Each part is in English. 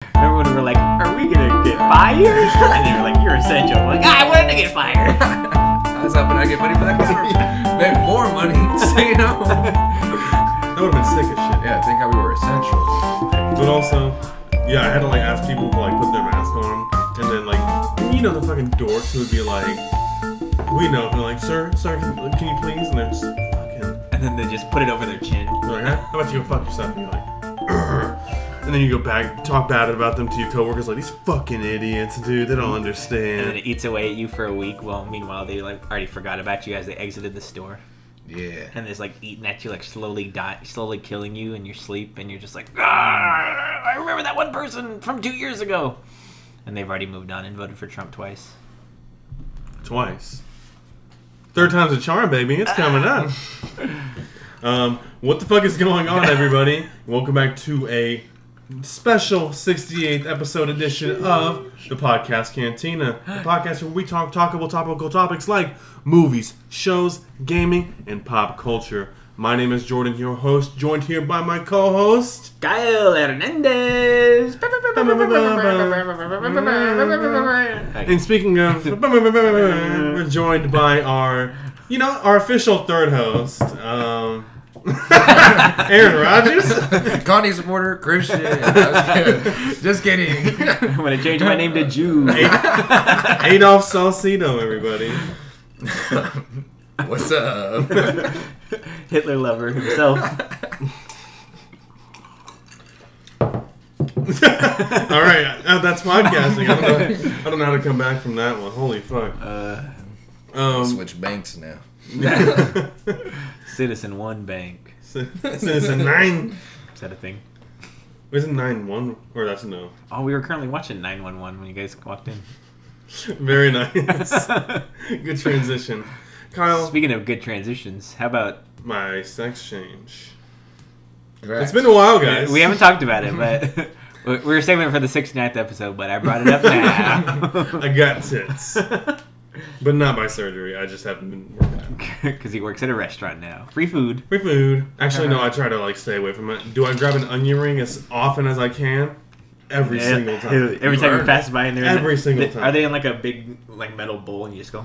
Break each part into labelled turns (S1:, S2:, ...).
S1: fired? And they were like, you're essential. I'm like, ah, I wanted to get fired.
S2: That's how I get money back. Make more money. So you know.
S3: That would have been sick as shit.
S2: Yeah, I think how we were essential.
S3: But also, yeah, I had to like ask people to like put their mask on, and then like, you know, the fucking dorks would be like, we know, they're like, sir, sir, can can you please? And they're just fucking,
S1: And then they just put it over their chin.
S3: they're like, "Huh? how about you go fuck yourself? And you're like, "Ugh." and then you go back, talk bad about them to your coworkers, like these fucking idiots, dude. They don't
S1: And then it
S3: understand.
S1: eats away at you for a week. Well, meanwhile, they like already forgot about you as they exited the store.
S2: Yeah.
S1: And there's like eating at you, like slowly die, slowly killing you in your sleep. And you're just like, ah, I remember that one person from two years ago. And they've already moved on and voted for Trump twice.
S3: Twice. Third time's a charm, baby. It's coming up. Um, what the fuck is going on, everybody? Welcome back to a special 68th episode edition of the podcast Cantina, the podcast where we talk talkable topical topics like movies, shows, gaming, and pop culture. My name is Jordan, your host, joined here by my co-host.
S1: Kyle Hernandez.
S3: And speaking of, we're joined by our, you know, our official third host, um, Aaron Rodgers.
S2: Connie supporter, Christian. I was kidding. Just kidding.
S1: I'm gonna change my name to Jude.
S3: Adolf Salcido, everybody.
S2: What's up?
S1: Hitler lover himself.
S3: All right, uh, that's podcasting. I don't, know, I don't know how to come back from that one. Holy fuck.
S1: Uh,
S3: um,
S2: Switch banks now.
S1: Citizen One Bank.
S3: Citizen Nine.
S1: Is that a thing?
S3: Isn't nine one? Or that's no.
S1: Oh, we were currently watching 911 when you guys walked in.
S3: Very nice. Good transition. Kyle,
S1: Speaking of good transitions, how about
S3: my sex change.
S2: Congrats.
S3: It's been a while, guys.
S1: we haven't talked about it, but we we were saving it for the 69th episode, but I brought it up now.
S3: I got tits, but not by surgery. I just haven't been working. out.
S1: Because he works at a restaurant now. Free food.
S3: Free food. Actually, no. I try to like stay away from it. Do I grab an onion ring as often as I can? Every single time.
S1: Every time
S2: You
S1: you
S2: are.
S1: pass by and they're in
S3: Every single
S1: they-
S3: time.
S1: Are they in like a big like metal bowl and you just go,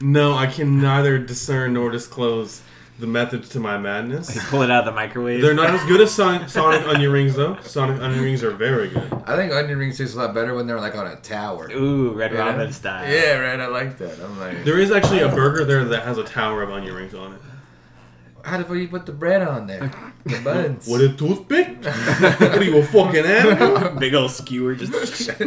S3: No, I can neither discern nor disclose the methods to my
S1: you
S3: madness.
S1: pull it out of the microwave?
S3: They're not as good as Son- Sonic onion rings, though. Sonic onion rings are very good.
S2: I think onion rings taste a lot better when they're like on a tower.
S1: Ooh, Red
S2: Yeah.
S1: Robin style.
S2: Yeah, right. I like that. I'm like,
S3: There is actually a burger there that has a tower of onion rings on it.
S2: how the fuck you put the bread on there? The buns.
S3: With a toothpick? what are you, a fucking animal?
S1: Big old skewer just.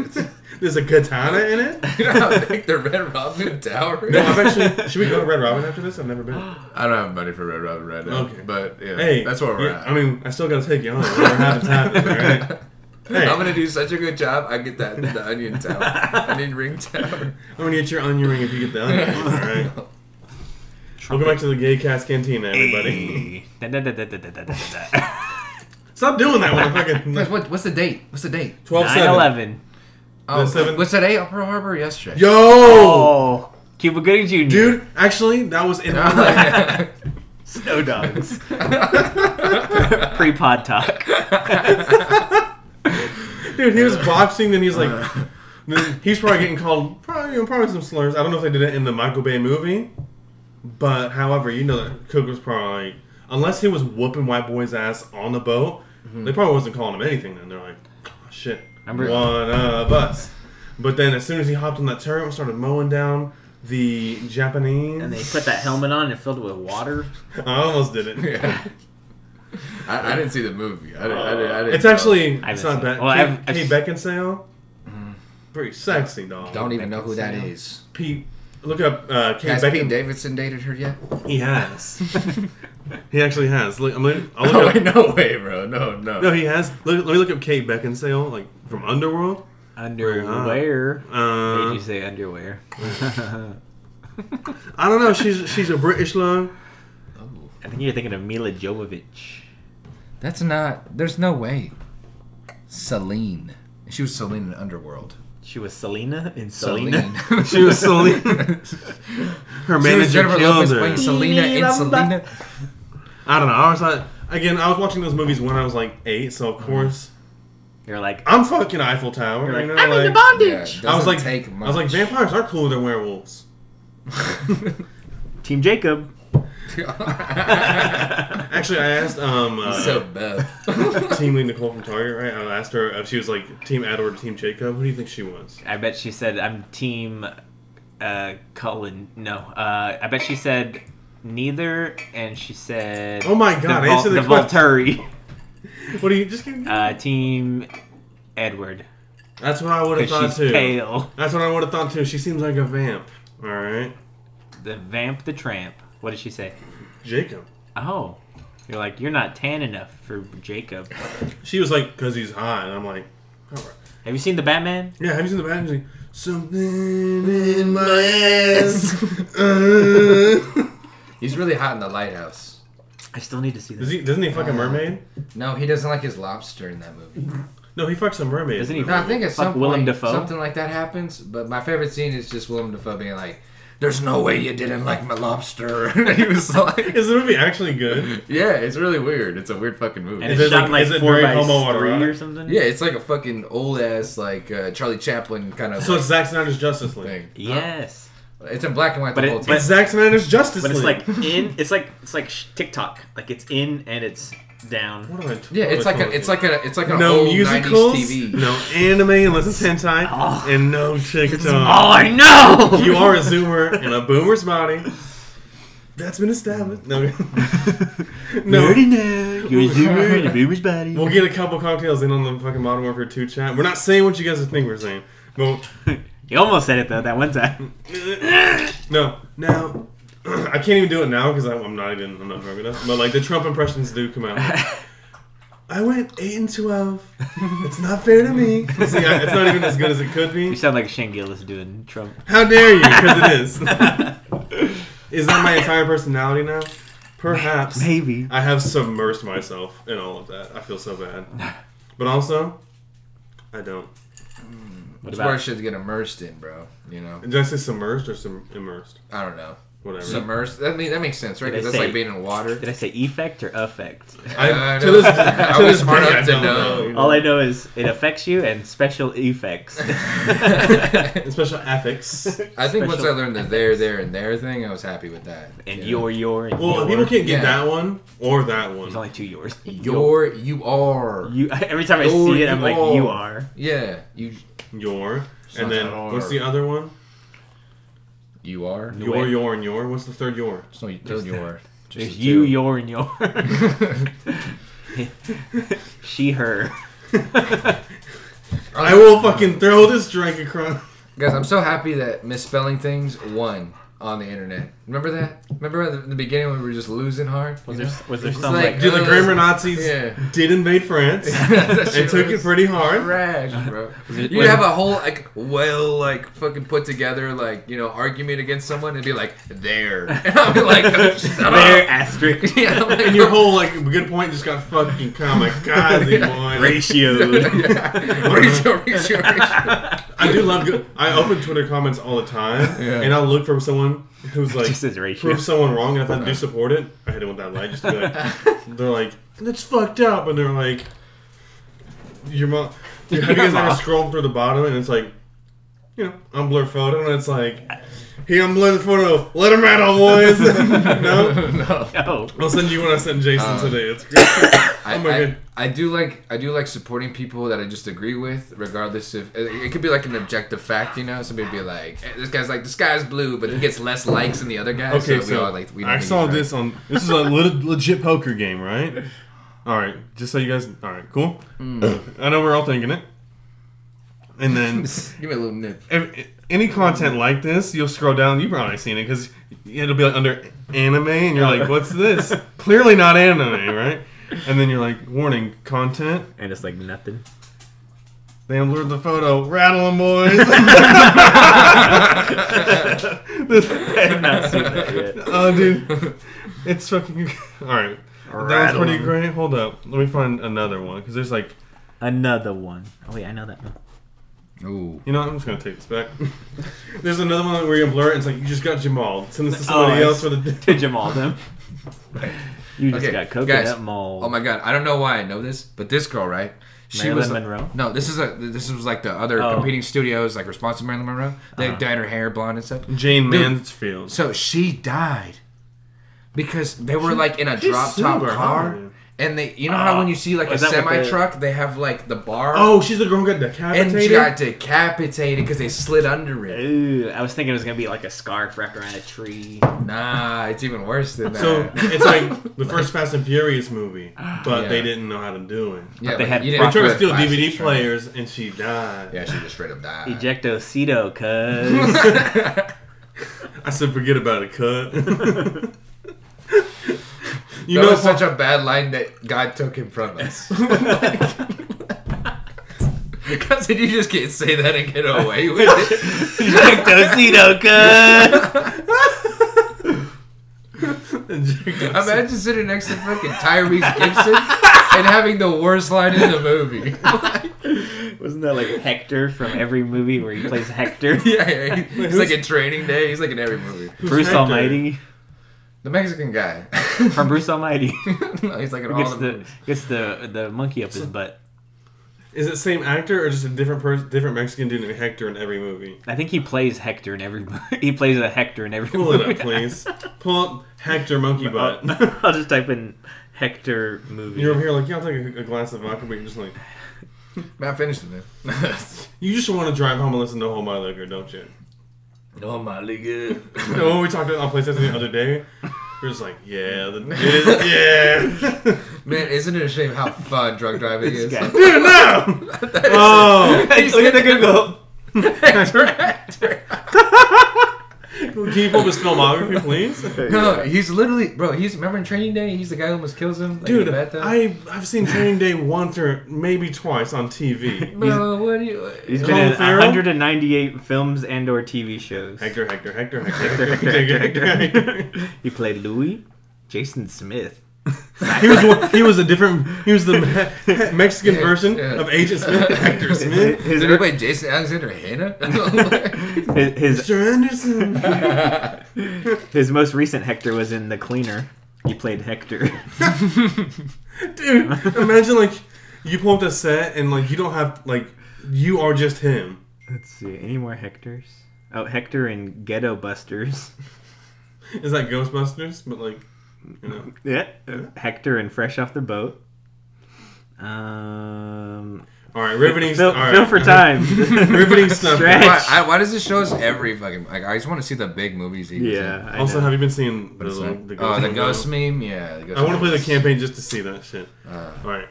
S3: There's a katana in it?
S2: you know how big the Red Robin Tower is?
S3: No, I've actually. Should we go to Red Robin after this? I've never been.
S2: I don't have money for Red Robin right now.
S3: Okay.
S2: But yeah,
S3: Hey,
S2: that's where we're
S3: yeah,
S2: at.
S3: I mean, I still gotta take you on. Whatever happens, happens. all Right? Hey,
S2: I'm
S3: I'm gonna,
S2: gonna do such a good job. I get that the onion tower, onion ring tower.
S3: get your onion ring if you get the onion. All right. Welcome back to the Gay Cast Cantina, everybody.
S1: Da- da- da- da- da- da- da- da- da.
S3: Stop doing that when I'm fucking
S2: Guys, what, what's the date? What's the date?
S3: 12 7.
S1: 9-11.
S2: Oh,
S3: seventh-
S2: what's the date? Oh, Pearl Harbor yesterday.
S3: Yo!
S1: Oh, Cuba Gooding Jr.
S3: Dude, actually, that was in my life.
S2: Yeah.
S1: Snow Dogs. Pre pod talk.
S3: Dude, he was boxing, then he's like.
S1: Uh.
S3: then he's probably getting called, probably, you know, probably some slurs. I don't know if they did it in the Michael Bay movie. But, however, you know that Cook was probably. Unless he was whooping white boy's ass on the boat, they probably wasn't calling him anything then. They're like, oh, shit.
S1: Mm-hmm. Remember-
S3: one of us. But then as soon as he hopped on that turret and started mowing down the Japanese.
S1: And they put that helmet on and filled it with water.
S3: I almost did it.
S2: I, I didn't see the movie. I didn't. I didn't, I didn't
S3: It's actually
S1: I
S3: it's
S1: haven't Mm-hmm. seen
S3: not
S1: it.
S3: bad.
S1: Well,
S3: Kate,
S1: I've- I've
S3: Kate Beckinsale, pretty sexy dog.
S2: Don't even know who that
S1: Beckinsale.
S2: is.
S3: Pete, look up uh, Kate
S2: Has Pete
S3: Beckinsale.
S2: Davidson dated her yet?
S3: He has. he actually has. Look, I'm look, I'll
S2: Oh
S3: look
S2: wait,
S3: up.
S2: no way, bro. No, no.
S3: No, he has. Look, let me look up Kate Beckinsale, like from Underworld.
S1: Underwear. Did
S3: Uh,
S1: you say underwear?
S3: I don't know. She's she's a British love.
S2: Oh,
S1: I think you're thinking of Mila Jovovich.
S2: that's not. There's no way. Celine. She was Celine in Underworld.
S1: She was Selena in
S2: Celine.
S1: Selena.
S3: She was Celine. Her
S2: She was
S3: manager
S2: Jennifer
S3: killed
S2: Lopez
S3: her.
S2: playing Selena in Selena.
S3: I don't know. I was like, again, I was watching those movies when I was like eight, so of course
S1: You're like,
S3: I'm fucking Eiffel Tower.
S1: You're
S3: you
S1: like,
S3: know,
S1: I'm in the
S3: like-
S2: Yeah,
S1: bondage.
S3: I was
S2: doesn't
S3: like,
S2: take
S3: I was like,
S2: much.
S3: vampires are cooler than werewolves.
S1: Team Jacob.
S3: Actually, I asked um uh,
S2: so Beth.
S3: team lead Nicole from Target. Right, I asked her if she was like Team Edward, or Team Jacob. Who do you think she was?
S1: I bet she said, I'm Team uh, Cullen. No. Uh, I bet she said neither, and she said.
S3: Oh my God,
S1: The,
S3: answer the
S1: the
S3: question.
S1: Volturi.
S3: What do you just? Kidding?
S1: Uh, team Edward.
S3: That's what I would have
S1: Because
S3: thought
S1: she's
S3: too.
S1: pale.
S3: That's what I would have thought too. She seems like a vamp. All right,
S1: The Vamp the Tramp. What did she say?
S3: Jacob.
S1: Oh. You're like, you're not tan enough for Jacob.
S3: She was like, "Cause he's hot," and I'm like, "All right."
S1: Have you seen the Batman?
S3: Yeah, have you seen the band? She's like, Something in my ass. Uh.
S2: He's really hot in the lighthouse.
S1: I still need to see that.
S3: Does he, doesn't he fuck
S1: Uh,
S3: a mermaid?
S2: No, he doesn't like his lobster in that movie.
S3: No, he fucks a mermaid.
S1: Doesn't he?
S2: No, I think at
S1: Fuck
S2: some
S1: Willem
S2: point
S1: Dafoe?
S2: something like that happens. But my favorite scene is just Willem Dafoe being like, "There's no way you didn't like my lobster." he was like,
S3: Is the movie actually good?
S2: "Yeah, it's really weird. It's a weird fucking movie."
S1: and
S3: Is
S1: it's
S3: it
S1: shot
S3: like-
S1: in, like,
S3: is it
S1: four
S3: very
S1: by
S3: homoerotic?
S1: three or something.
S2: yeah, it's like a fucking old ass like uh, Charlie Chaplin kind of
S3: So it's Zack Snyder's Justice League.
S2: thing. Uh,
S1: Yes.
S2: It's in black and white
S1: But
S2: the
S1: it-
S2: whole time.
S3: It's Zack Snyder's Justice
S1: But it's
S3: League.
S1: like in. It's like it's like sh- TikTok. Like it's in and it's down.
S3: what am I t-
S2: yeah, it's
S3: what
S2: like
S3: am I
S2: a, it's
S3: talking
S2: like a, it's like an
S3: no
S2: old
S3: musicals,
S2: 90s TV.
S3: no anime unless it's hentai,
S1: Oh.
S3: and no TikTok.
S1: All Oh, I know.
S3: Uh, You are a zoomer in a boomer's body. That's been established. No, no.
S1: know. You're a zoomer in a boomer's body.
S3: We'll get a couple cocktails in on the fucking Modern Warfare 2 chat. We're not saying what you guys think we're saying. But
S1: you almost said it though that one time.
S3: no, now I can't even do it now because I'm not even I'm not drunk enough. But like the Trump impressions do come out. I went eight and twelve. It's not fair to me. See, I, it's not even as good as it could
S1: You
S3: be.
S1: sound like Shane Gillis doing Trump.
S3: How dare you? Because it is. is that my entire personality now? Perhaps.
S1: Maybe.
S3: I have submersed myself in all of that. I feel so bad. But also, I don't.
S1: What
S2: It's where
S1: about?
S2: shit's get immersed in, bro. You know,
S3: Did I say submerged or sub- immersed?
S2: I don't know.
S3: Whatever.
S2: Submersed. That mean, that makes sense, right?
S1: Did I
S2: Because that's
S1: say-
S2: like being in water.
S1: Did I say effect or affect?
S3: I,
S2: Uh,
S3: to this,
S2: no.
S3: to
S2: I was
S3: this
S2: smart
S3: day,
S2: enough
S3: I
S2: to
S3: don't
S2: know.
S3: know. you
S1: All I know is it affects you and special effects.
S3: Special ethics.
S2: I think once I
S1: Special
S2: learned the there, there, and there thing, I was happy with that.
S1: and
S2: You know?
S1: your your and
S3: Well,
S1: your.
S3: if people can't get
S2: Yeah.
S3: that one or that one.
S1: There's only two yours.
S2: your you are
S1: You. Every time I
S2: Your,
S1: see it, I'm
S2: you
S1: like, you
S2: are.
S1: are.
S2: yeah you
S3: Your.
S2: not
S3: And then,
S2: that hard.
S3: what's the other one?
S2: you are
S1: No
S3: Your,
S1: way.
S3: your, and your. What's the third your?
S2: so you third you are Just
S1: There's
S2: the
S1: you,
S2: two.
S1: your, and your. she, her.
S3: I will fucking throw this drink across.
S2: guys I'm so happy that misspelling things won on the internet remember that remember at the beginning when we were just losing hard
S1: Was
S2: you
S1: there,
S2: know?
S1: was there
S2: It's
S1: some
S2: like-
S1: like,
S3: Dude, the
S2: Uh,
S3: grammar Nazis
S2: yeah.
S3: did invade France
S2: That
S3: and
S2: shit
S3: took it
S2: was
S3: pretty hard.
S2: trash bro
S1: it-
S2: you'd
S1: was-
S2: have a whole like well like fucking put together like you know argument against someone and be like there and I'll be like oh, shut
S1: there,
S2: up.
S1: asterisk,
S2: Yeah, I'm like,
S3: And your whole like good point just got fucking kamikaze, boy.
S1: ratio.
S2: yeah. Rachel, Rachel, Rachel.
S3: I do love good. I open Twitter comments all the time,
S2: Yeah.
S3: and I'll look for someone who's like
S1: Just as ratio.
S3: prove someone wrong, and if I do support it, I hit it with that light. Just to be like, they're like, that's fucked up, and they're like, your mom. Dude, have you guys ever scrolled through the bottom and it's like, you know, Unblur photo, and it's like, hey, Unblur photo, let him rattle, boys. no,
S2: no.
S1: Oh,
S3: I'll send you one I sent Jason today. It's great.
S2: I,
S3: Oh my
S2: I-
S3: God.
S2: I do like I do like supporting people that I just agree with, regardless if it, it could be like an objective fact, you know. Somebody would be like, "Eh, "This guy's like the sky's blue," but he gets less likes than the other guy. so,
S3: Okay, so,
S2: we all like we don't
S3: I
S2: think
S3: saw
S2: he's right.
S3: this on. This is a lit- legit poker game, right? All right, just so you guys. All right, cool.
S2: Hmm.
S3: I know we're all thinking it. And then if,
S2: Give me a little nip.
S3: if- any content like this, you'll scroll down. You've probably seen it because it'll be like under anime, and you're like, "What's this? Clearly not anime, right?" And then you're like, "Warning, content."
S1: and it's like nothing.
S3: They unlured the photo. Rattle 'em, boys.
S1: I've not seen that yet.
S3: Oh, dude. It's fucking. Alright. That was
S1: Rattle
S3: pretty
S1: 'em.
S3: great. Hold up. Let me find another one. Because there's like.
S1: Another one. Oh wait, I know that one.
S2: Ooh,
S3: You know, what? I'm just going to take this back. there's another one where you blur it and it's like, you just got Jamal. Send this to somebody
S1: Oh,
S3: else for the.
S1: To Jamal them. You just
S2: Okay,
S1: got coconut
S2: guys.
S1: mold.
S2: oh my god, I don't know why I know this, but this girl, right? She
S1: Marilyn
S2: was
S1: Monroe?
S2: No, this is a this was like the other
S1: Oh. Uh-huh.
S2: competing studios, like response to Marilyn Monroe. They dyed her hair blonde and stuff.
S3: Jane
S2: Dude.
S3: Mansfield.
S2: So she died because they were like in a
S3: she's
S2: drop top
S3: super
S2: car,
S3: hot.
S2: and they you know how when you see like a
S1: is that what
S2: semi
S1: they-
S2: truck, they have like the bar.
S3: Oh, she's the girl who got
S2: And
S3: decapitated.
S2: she got decapitated because they slid under it.
S1: Ooh, I was thinking it was gonna be like a scarf wrapped around a tree.
S2: Nah, it's even worse than that.
S3: so it's like the first Fast and Furious movie, but
S2: Yeah.
S3: they didn't know how to do it.
S2: yeah,
S1: But they
S2: but
S1: had
S2: you
S3: They
S1: proper-
S2: didn't
S3: tried to
S2: put
S3: steal
S2: plastic
S3: DVD
S2: strap.
S3: players, and she died.
S2: Yeah, she just straight up died.
S1: Ejectocito, cuz.
S3: I said, forget about it, cut. you
S2: that
S3: know, Oh
S2: was such a bad line that God took him from us. Because you just can't say that and get away with it.
S1: Ejectocito, cuz.
S2: Imagine sitting next to fucking Tyrese Gibson and having the worst line in the movie.
S1: Wasn't that like Hector from every movie where he plays Hector?
S2: yeah, yeah, he- he's like in Training Day. He's like in every movie.
S1: Bruce
S3: Hector?
S1: Almighty.
S2: The Mexican guy.
S1: From Bruce Almighty.
S2: no, he's like in
S1: Who
S2: all
S1: gets
S2: the,
S1: the
S2: movies.
S1: gets the the monkey up his butt.
S3: is it same actor or just a different person, different Mexican dude named Hector in every movie?
S1: I think he plays Hector in every. He plays a Hector in every.
S3: Pull it up,
S1: movie.
S3: please. Pull up Hector Monkey Butt.
S1: I'll, I'll just type in Hector movie.
S3: You're over here like, yeah, I'll take a, a glass of vodka, but you're just like,
S2: Man, I finished it, man.
S3: you just want to drive home and listen to Hold My Liquor, don't you?
S2: no,
S3: Oh
S2: my nigga.
S3: You know, when we talked on PlayStation the other day, we are just like, yeah, the, it is, yeah.
S2: Man, isn't it a shame how fun drunk driving
S1: This
S2: is?
S1: guy.
S3: Dude, no! Oh!
S1: Look at the Google.
S3: Can you pull up his filmography, please?
S2: No, he's literally, bro. He's remember in Training Day, he's the guy who almost kills him. Like,
S3: Dude,
S2: in the bathtub?
S3: I, I've seen Training Day once or maybe twice on TV.
S2: bro, what do you?
S1: He's been
S3: Colin
S1: in
S3: Farrell?
S1: 198 films and or TV shows.
S3: Hector, Hector, Hector,
S1: Hector,
S3: Hector,
S1: Hector,
S3: Hector, Hector, Hector.
S1: Hector. he played Louis, Jason Smith.
S3: He was one, he was a different he was the me- Mexican
S2: Yeah,
S3: version
S2: yeah.
S3: of Agent Smith, Hector Smith.
S1: His,
S2: Did anybody Jason Alexander Hanna?
S1: his, his,
S3: Mr. Anderson.
S1: his most recent Hector was in The Cleaner. He played Hector.
S3: Dude, imagine like you pull up the set and like you don't have like you are just him.
S1: Let's see, any more Hectors? Oh, Hector in Ghetto Busters.
S3: Is that Ghostbusters? But like you know.
S1: Yeah, uh, Hector in Fresh Off the Boat. Um,
S3: Alright, riveting
S1: Phil,
S3: all right.
S1: Phil for time.
S3: Riveting stuff.
S1: Stretch.
S2: why, I, why does this show us every fucking? Like, I just want to see the big movies. He was
S1: Yeah. I
S3: Also,
S1: know.
S3: have you been seeing the,
S2: in.
S3: little-
S2: So-
S3: the
S2: oh, the
S3: meme?
S2: ghost meme. Yeah. The ghost
S3: I want to play
S2: meme.
S3: the campaign just to see that shit.
S2: Uh,
S3: All right,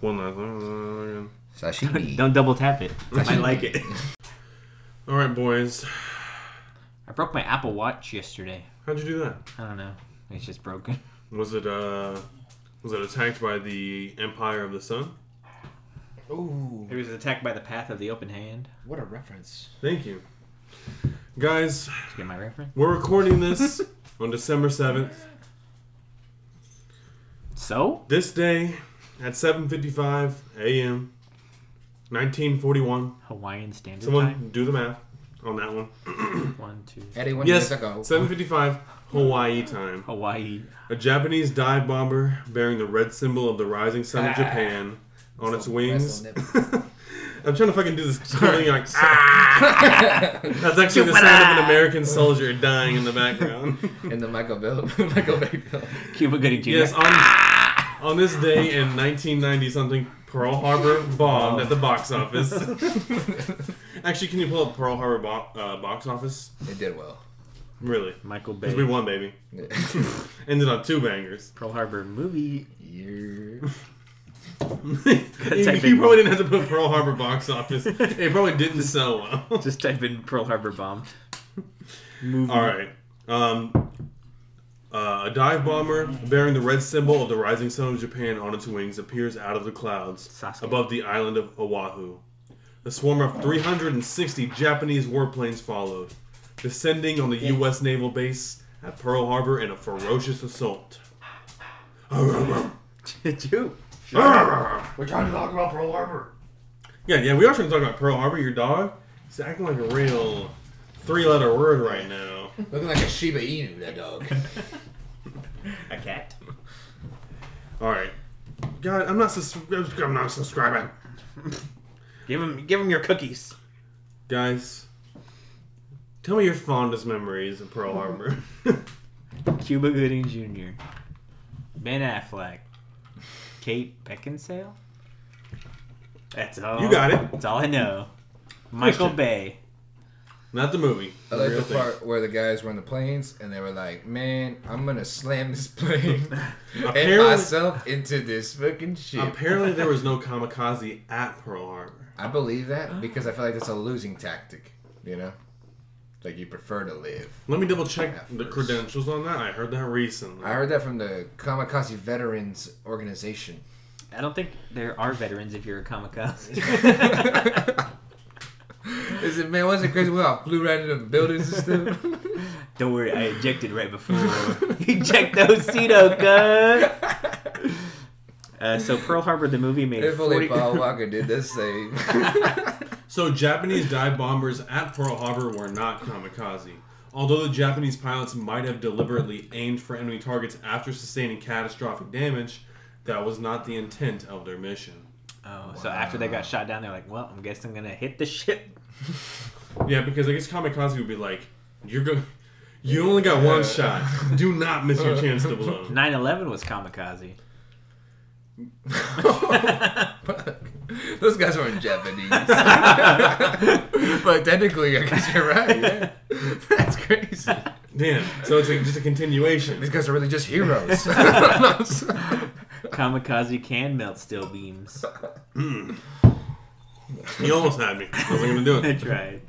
S3: one last. one.
S2: sashimi.
S1: Don't double tap it. I might like it.
S3: All right, boys.
S1: I broke my Apple Watch yesterday.
S3: How'd you do that?
S1: I don't know. It's just broken.
S3: Was it uh, was it attacked by the Empire of the Sun?
S2: Ooh,
S1: It was attacked by the path of the open hand.
S2: what a reference.
S3: Thank you, guys.
S1: Did you get my reference?
S3: We're recording this on December seventh.
S1: So?
S3: This day at seven fifty-five a.m. nineteen forty-one.
S1: Hawaiian Standard Time?
S3: Someone do the math on that one.
S1: One, two.
S2: Eddie, one
S3: Yes,
S2: years ago.
S3: seven fifty-five Hawaii time.
S1: Hawaii.
S3: A Japanese dive bomber bearing the red symbol of the rising sun of Japan on its
S2: Wrestle-
S3: wings.
S2: wrestle
S3: I'm trying to fucking do this thing like ah! that's actually the sound of an American soldier dying in the background.
S2: in the Michael Bill, Michael Bay film.
S1: Cuba Gooding Jr.
S3: yes, on on this day in 1990 something, Pearl Harbor bombed at the box office. actually, can you pull up Pearl Harbor bo- uh, box office?
S2: It did well.
S3: Really?
S1: Michael Bay.
S3: Because we won, baby. Ended on two bangers.
S1: Pearl Harbor movie.
S2: Yeah.
S3: you,
S1: Technically.
S3: you probably didn't have to put Pearl Harbor box office. It probably didn't sell well.
S1: Just type in Pearl Harbor bombed. Movie.
S3: All right. Um, uh, a dive bomber bearing the red symbol of the rising sun of Japan on its wings appears out of the clouds
S1: Sasuke.
S3: above the island of Oahu. A swarm of 360 Japanese warplanes followed, descending on the U.S. naval base at Pearl Harbor in a ferocious assault.
S1: Did you?
S2: We're trying to talk about Pearl Harbor.
S3: Yeah, yeah, we are trying to talk about Pearl Harbor. Your dog is acting like a real three-letter word right now.
S2: Looking like a Shiba Inu, that dog.
S1: A cat.
S3: All right. God, I'm not subs- I'm not subscribing.
S1: Give him, give him your cookies.
S3: Guys, tell me your fondest memories of Pearl Harbor.
S1: Cuba Gooding Jr., Ben Affleck, Kate Beckinsale. That's all.
S3: You got it.
S1: That's all I know. Michael
S3: Christian.
S1: Bay.
S3: not the movie.
S2: I like
S3: real
S2: the
S3: thing.
S2: part where the guys were in the planes and they were like, "Man, I'm gonna slam this plane and
S3: Apparently-
S2: myself into this fucking ship."
S3: Apparently, there was no kamikaze at Pearl Harbor.
S2: I believe that because I feel like that's a losing tactic. You know, like you prefer to live.
S3: Let me double check the
S2: first.
S3: credentials on that. I heard that recently.
S2: I heard that from the Kamikaze Veterans Organization.
S1: I don't think there are veterans if you're a kamikaze.
S2: Is it man? Wasn't it crazy? We all flew right into the buildings and stuff.
S1: don't worry, I ejected right before. Eject those Cito, cuz. Uh, so Pearl Harbor, the movie, made
S2: if only
S1: 40
S2: Paul Walker did the same.
S3: So Japanese dive bombers at Pearl Harbor were not kamikaze. Although the Japanese pilots might have deliberately aimed for enemy targets after sustaining catastrophic damage, that was not the intent of their mission.
S1: Oh, so after they got shot down, they're like, "Well, I'm guessing I'm gonna hit the ship."
S3: Yeah, because I guess kamikaze would be like, you're going, you only got one shot. Do not miss your chance to blow.
S1: 9/11 was kamikaze.
S2: Fuck. Those guys weren't Japanese. but technically, I guess you're right. Yeah. That's crazy.
S3: Damn. So it's like just a continuation.
S2: These guys are really just heroes.
S1: Kamikaze can melt steel beams.
S3: You almost had me. I wasn't gonna do it.
S1: That's right.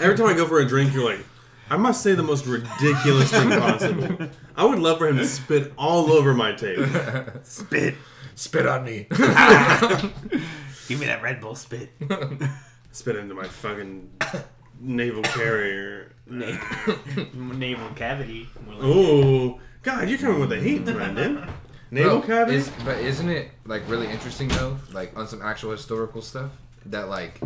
S3: Every time I go for a drink, you're like, I must say the most ridiculous thing possible. I would love for him to spit all over my table.
S1: Spit.
S2: Spit on me.
S1: Give me that Red Bull spit.
S3: spit into my fucking naval carrier.
S1: Na- Naval cavity. More like-
S3: Oh, God, you're coming with the heat, Brendan. Naval
S2: Bro,
S3: cavity?
S2: is- but isn't it like really interesting though? Like on some actual historical stuff that like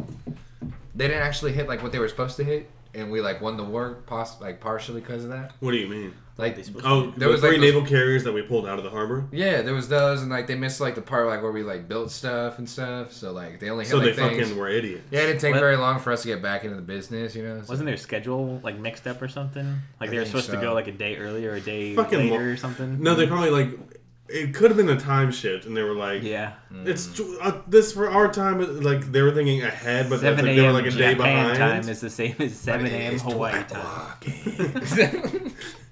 S2: they didn't actually hit like what they were supposed to hit, and we like won the war pos- like partially because of that.
S3: what do you mean?
S2: Like
S3: Oh,
S2: There
S3: the
S2: was, like,
S3: three
S2: those-
S3: naval carriers that we pulled out of the harbor?
S2: yeah, there was those, and like they missed like the part like where we like built stuff and stuff. So like they only hit
S3: So they
S2: like things.
S3: fucking were idiots.
S2: Yeah, it didn't take
S1: What?
S2: very long for us to get back into the business, you know. so-
S1: Wasn't their schedule like mixed up or something? Like
S2: I
S1: they were
S2: think
S1: supposed to
S2: so.
S1: go like a day earlier, or a day
S3: Fucking
S1: later,
S3: lo-
S1: or something.
S3: No, they probably, like, it could have been a time shift, and they were like,
S1: Yeah.
S3: It's ju- uh, this for our time. Like they were thinking ahead, but that's
S1: 7
S3: like, they were
S1: a.m.
S3: like a day
S1: Japan
S3: behind.
S1: time is the same as 7 a.m.
S2: It's
S1: Hawaii
S2: 12
S1: time.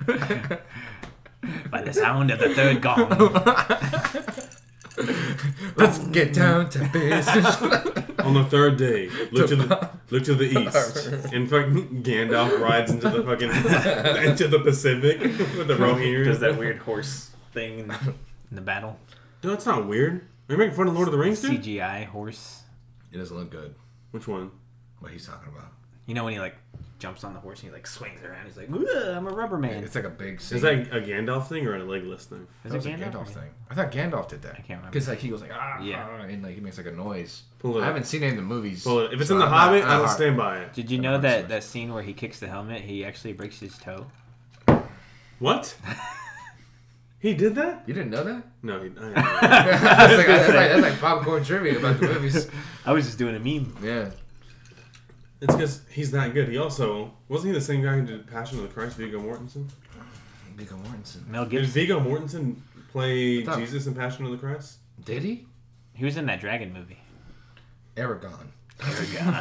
S2: o'clock.
S1: By the sound of the third gong.
S2: Let's get down to business.
S3: On the third day, look to the
S2: Tomorrow.
S3: look to the east. In fact, Gandalf rides into the fucking into the Pacific with the Rohirrim.
S1: Does that weird horse thing in the, in the battle?
S3: No, it's not weird. Are you making fun of Lord of the Rings, dude?
S1: CGI horse.
S2: it doesn't look good.
S3: Which one?
S2: What he's talking about?
S1: You know when he like jumps on the horse and he like swings around. He's like, "Ugh, I'm a rubber man.
S2: It's like a big. Scene.
S3: Is that a Gandalf thing or a legless thing?
S1: Is
S2: That was a Gandalf thing. I thought Gandalf did that. I
S1: can't remember.
S2: Because like he goes like ah,
S1: Yeah.
S2: ah," and like he makes like a noise.
S3: Pull it
S2: I
S3: up.
S2: haven't seen any of the movies.
S3: Well, if it's
S2: so
S3: in the
S2: I'm not-
S3: Hobbit,
S2: I'm
S3: I don't
S2: not-
S3: stand by it.
S1: Did you know
S2: That
S1: that
S2: makes
S1: that scene where he kicks the helmet, he actually breaks his toe?
S3: What? he did that?
S2: You didn't know that?
S3: No, he. I don't know.
S2: that's, like, that's, like, that's like popcorn trivia about the movies.
S1: I was just doing a meme.
S2: Yeah.
S3: it's because he's that good. He also wasn't he the same guy who did Passion of the Christ, Viggo Mortensen?
S2: Viggo Mortensen.
S1: Mel
S3: Did
S1: Gibson.
S3: Viggo Mortensen play
S2: thought-
S3: Jesus in Passion of the Christ?
S2: Did he?
S1: He was in that dragon movie.
S2: Aragon.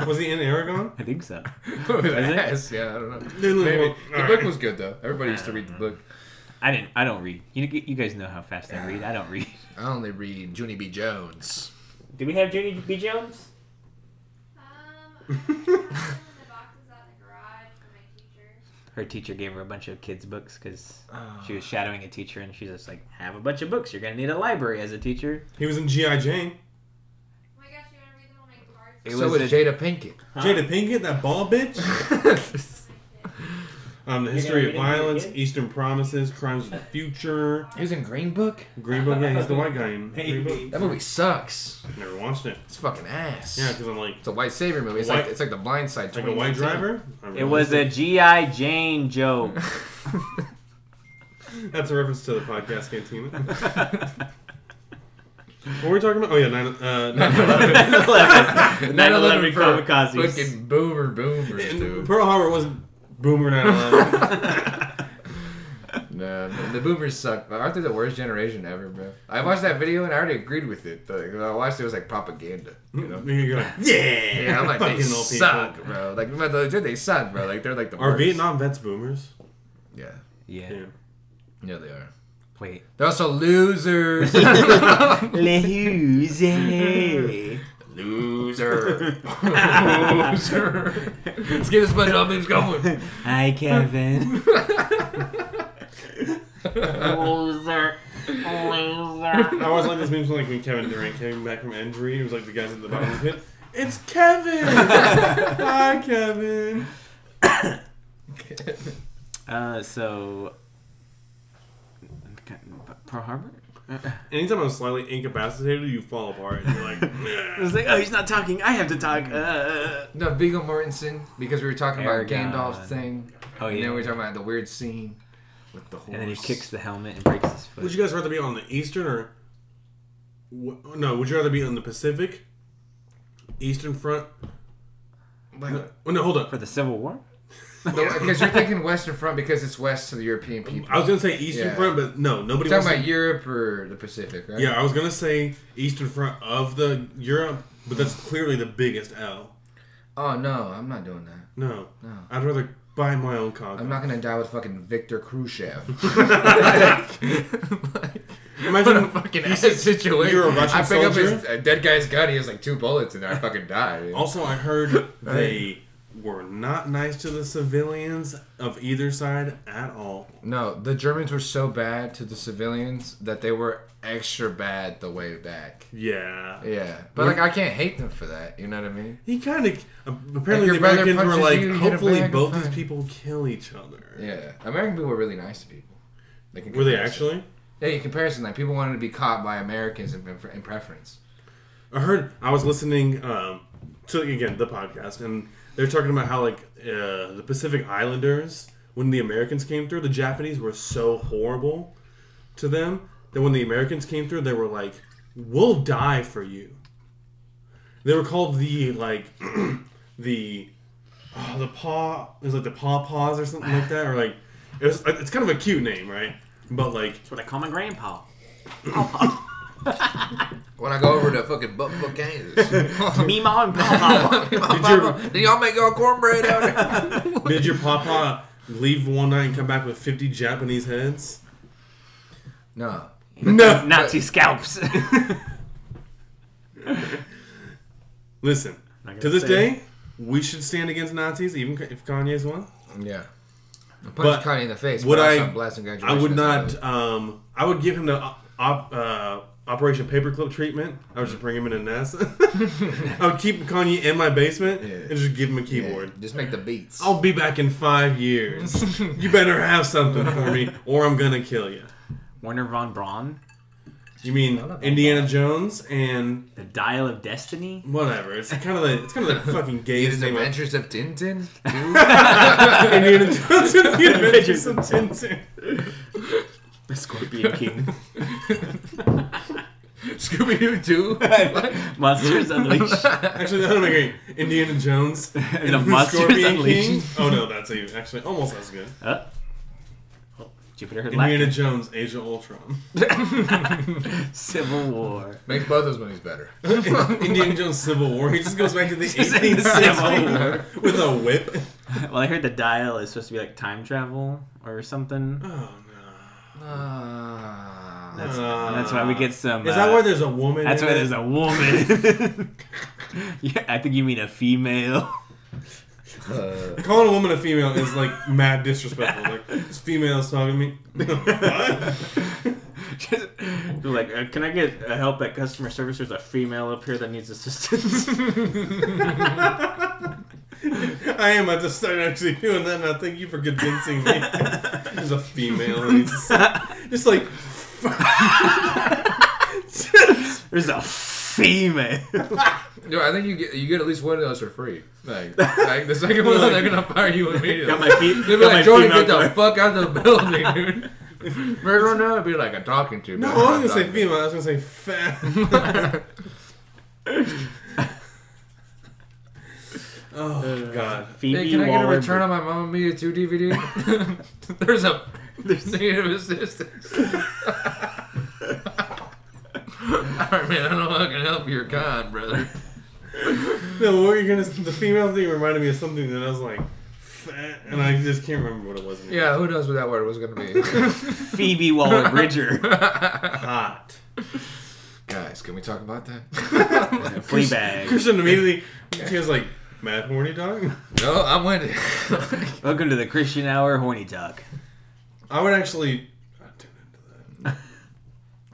S3: Was he in Aragon?
S1: I think so. it?
S2: yes. Yeah. I don't know.
S3: They look-
S2: Maybe.
S3: all
S2: The
S3: right.
S2: book was good though. Everybody used to read
S1: Um,
S2: the book.
S1: I didn't. I don't read. You you guys know how fast I read. I don't read.
S2: I only read Junie B. Jones.
S1: Do we have Judy B. Jones?
S4: Um, I have one in the boxes out in the garage for my teacher. Oh
S1: Her teacher gave her a bunch of kids' books because
S2: Oh.
S1: she was shadowing a teacher, and she's just like, "Have a bunch of books. You're gonna need a library as a teacher."
S3: He was in G.I. Jane.
S4: Oh my gosh, you want to read the one my cards?
S1: It
S2: so
S1: was
S2: was
S1: a-
S2: Jada Pinkett.
S3: Jada Pinkett, that ball bitch. Um, the history of
S1: gonna read it
S3: violence,
S1: again?
S3: Eastern promises, crimes of the future.
S2: he was in Green Book.
S3: Green Book, yeah, he's the white guy in Green Book.
S2: That movie sucks.
S3: Never watched it.
S2: It's fucking ass.
S3: Yeah, because I'm like,
S2: It's a white savior movie. It's
S3: White-
S2: like it's like the blind side.
S3: like a white
S2: 2019.
S3: driver. I
S1: It
S3: really
S1: was a
S3: think-
S1: GI Jane joke.
S3: That's a reference to the podcast cantina. What were we talking about? Oh yeah, nine. Uh, nine
S2: 9/11.
S1: 9/11. 9/11
S2: for
S1: kamikazes.
S2: Fucking boomer boomers,
S3: And
S2: dude.
S3: Pearl Harbor wasn't boomer 9/11.
S2: Nah, man, the boomers suck. but Aren't they the worst generation ever, bro? I watched that video and I already agreed with it. But when I watched it, it was like propaganda. You know?
S3: You go, yeah,
S2: Yeah, I'm like, they
S3: fucking old people.
S2: suck, bro. Like, but the- dude, they suck, bro. Like, they're like the
S3: Are
S2: worst.
S3: Vietnam vets boomers?
S2: Yeah.
S1: Yeah.
S3: Yeah.
S2: Yeah, they are.
S1: Wait.
S2: They're also losers.
S1: Lose.
S2: Loser. Loser. Let's get this budget up and going.
S1: Hi, Kevin. Loser.
S3: I always like this meme like when Kevin Durant came back from injury. It was like the guys at the bottom of the pit. It's Kevin. Hi, Kevin.
S1: Uh, so. Pearl Harbor?
S3: Anytime I'm slightly incapacitated, you fall apart. And you're like,
S1: I was like, oh, he's not talking. I have to talk. Uh.
S2: No, Viggo Mortensen, because we were talking about
S1: Aragon.
S2: Gandalf's thing.
S1: Oh,
S2: And
S1: yeah.
S2: then we were talking about the weird scene with the horse.
S1: And then he kicks the helmet and breaks his foot.
S3: would you guys rather be on the Eastern or wh- no? Would you rather be on the Pacific, Eastern Front? No, oh, no hold
S1: For
S3: on.
S1: the Civil War?
S2: Because you're thinking Western Front because it's west to the European people.
S3: I was gonna say Eastern
S2: Yeah.
S3: Front, but no, nobody.
S2: You're talking
S3: Wants to,
S2: about Europe or the Pacific, right?
S3: yeah, I was gonna say Eastern Front of the Europe, but that's clearly the biggest L.
S2: Oh no, I'm not doing that.
S3: No,
S2: No.
S3: I'd rather buy my own condo.
S2: I'm not gonna die with fucking Victor Khrushchev.
S3: Imagine
S2: what a fucking ass situation.
S3: you're a Russian
S2: I pick up
S3: soldier? Oh.
S2: his a dead guy's gun. He has like two bullets in there. I fucking die.
S3: Also, I heard they were not nice to the civilians of either side at all.
S2: No, the Germans were so bad to the civilians that they were extra bad the way back.
S3: Yeah.
S2: Yeah, but like I can't hate them for that. You know what I mean?
S3: He kind of
S2: Like,
S3: apparently
S2: your
S3: the
S2: brother
S3: Americans
S2: punches
S3: were like,
S2: you, you hit a
S3: hopefully
S2: bag,
S3: both
S2: fine.
S3: these people kill each other.
S2: Yeah, American people were really nice to people. Like, in
S3: Were they
S2: comparison.
S3: actually?
S2: Yeah, in comparison, like people wanted to be caught by Americans in, in preference.
S3: I heard. I was listening um, to again the podcast, and they're talking about how like uh, the Pacific Islanders, when the Americans came through, the Japanese were so horrible to them that when the Americans came through, they were like, "We'll die for you." They were called the like the oh, the paw it was like the paw paws or something like that, or like it was. uh, It's kind of a cute name, right? But like
S1: That's what I call my grandpa.
S2: When I go over to fucking Buffalo, Kansas,
S1: Me, mom, and papa.
S3: Papa,
S2: did y'all make y'all cornbread out there?
S3: Did your papa leave one night and come back with 50 Japanese heads?
S2: No.
S3: No.
S1: Nazi scalps.
S3: Listen,
S1: Not gonna
S3: to this
S1: say.
S3: day, we should stand against Nazis, even if Kanye's one.
S2: Yeah. I
S3: But
S2: punched Kanye in the face.
S3: Would
S2: but
S3: I?
S2: saw Blast and
S3: I
S2: graduation
S3: would
S2: as a
S3: not.
S2: kid.
S3: Um, I would give him the op, op, uh, Operation Paperclip treatment. I would just bring him into NASA. I would keep Kanye in my basement
S2: Yeah.
S3: and just give him a
S2: Yeah,
S3: keyboard.
S2: Just make the beats.
S3: I'll be back in five years. you better have something for me, or I'm gonna kill you.
S1: Werner von Braun,
S3: You mean
S2: about
S3: Indiana Jones and
S1: the Dial of Destiny.
S3: whatever? It's kind of the it's kind of the fucking
S2: It
S3: gayest
S2: is
S3: name. I've
S2: Adventures of Tintin?
S3: Indiana Jones and the Adventures of Tintin.
S1: The Scorpion King.
S2: Scooby Doo 2?
S1: Monsters Unleashed.
S3: Actually, that would make great. Indiana Jones and
S1: The
S3: the
S1: Monsters
S3: Scorpion King.
S1: Unleashed.
S3: Oh no, that's even actually almost as good.
S1: Uh, oh, Jupiter Heard
S3: Indiana
S1: Laughter.
S3: Jones, Age of Ultron.
S1: Civil War.
S2: Make both those movies better.
S3: Indiana Jones Civil War. He just goes back to the
S1: in the
S3: 18th
S1: Civil
S3: century with a whip.
S1: Well, I heard the dial is supposed to be like time travel or something.
S3: Oh
S2: Ah.
S1: That's,
S3: Uh,
S1: that's why we get some.
S3: no! Is
S1: uh,
S3: that where there's a woman?
S1: That's
S3: in
S1: why
S3: it?
S1: there's a woman. yeah, I think you mean a female.
S2: Uh,
S3: Calling a woman a female is like mad disrespectful. Like this female's talking to me. what?
S1: Just like, uh, can I get uh, help at customer service? There's a female up here that needs assistance.
S3: I am. I just started actually doing that, and I thank you for convincing me. There's a female. who needs to- Just like
S1: There's a female.
S2: no, I think you get you get at least one of those for free. Like, like the second one, they're gonna fire you immediately.
S1: Got my feet. Got
S2: They'll be
S1: my
S2: like, Jordan,
S1: female
S2: get the
S1: card.
S2: fuck out of the building, dude. Murder no, it'd be like I'm talking to.
S3: No,
S2: but
S3: I
S2: I'm not
S3: was gonna say
S2: talking
S3: female. I was gonna say fat. oh God.
S1: Phoebe
S2: Hey, can I get a
S1: Waller-Bridge.
S2: return on my Mamma Mia 2 DVD? There's a there's a need of assistance. Alright man, I don't know how I can help your con, brother.
S3: No, what were you gonna? The female thing reminded me of something that I was like, fat, and I just can't remember what it was. anymore.
S2: Yeah, who knows what that word was gonna be.
S1: Phoebe Waller Bridger.
S3: Hot.
S2: Guys, can we talk about that?
S1: Fleabag.
S3: Christian immediately, he was like, "Mad horny dog."
S2: no, I'm with it.
S1: Welcome to the Christian Hour Horny Talk.
S3: I would actually. I'd tune into that.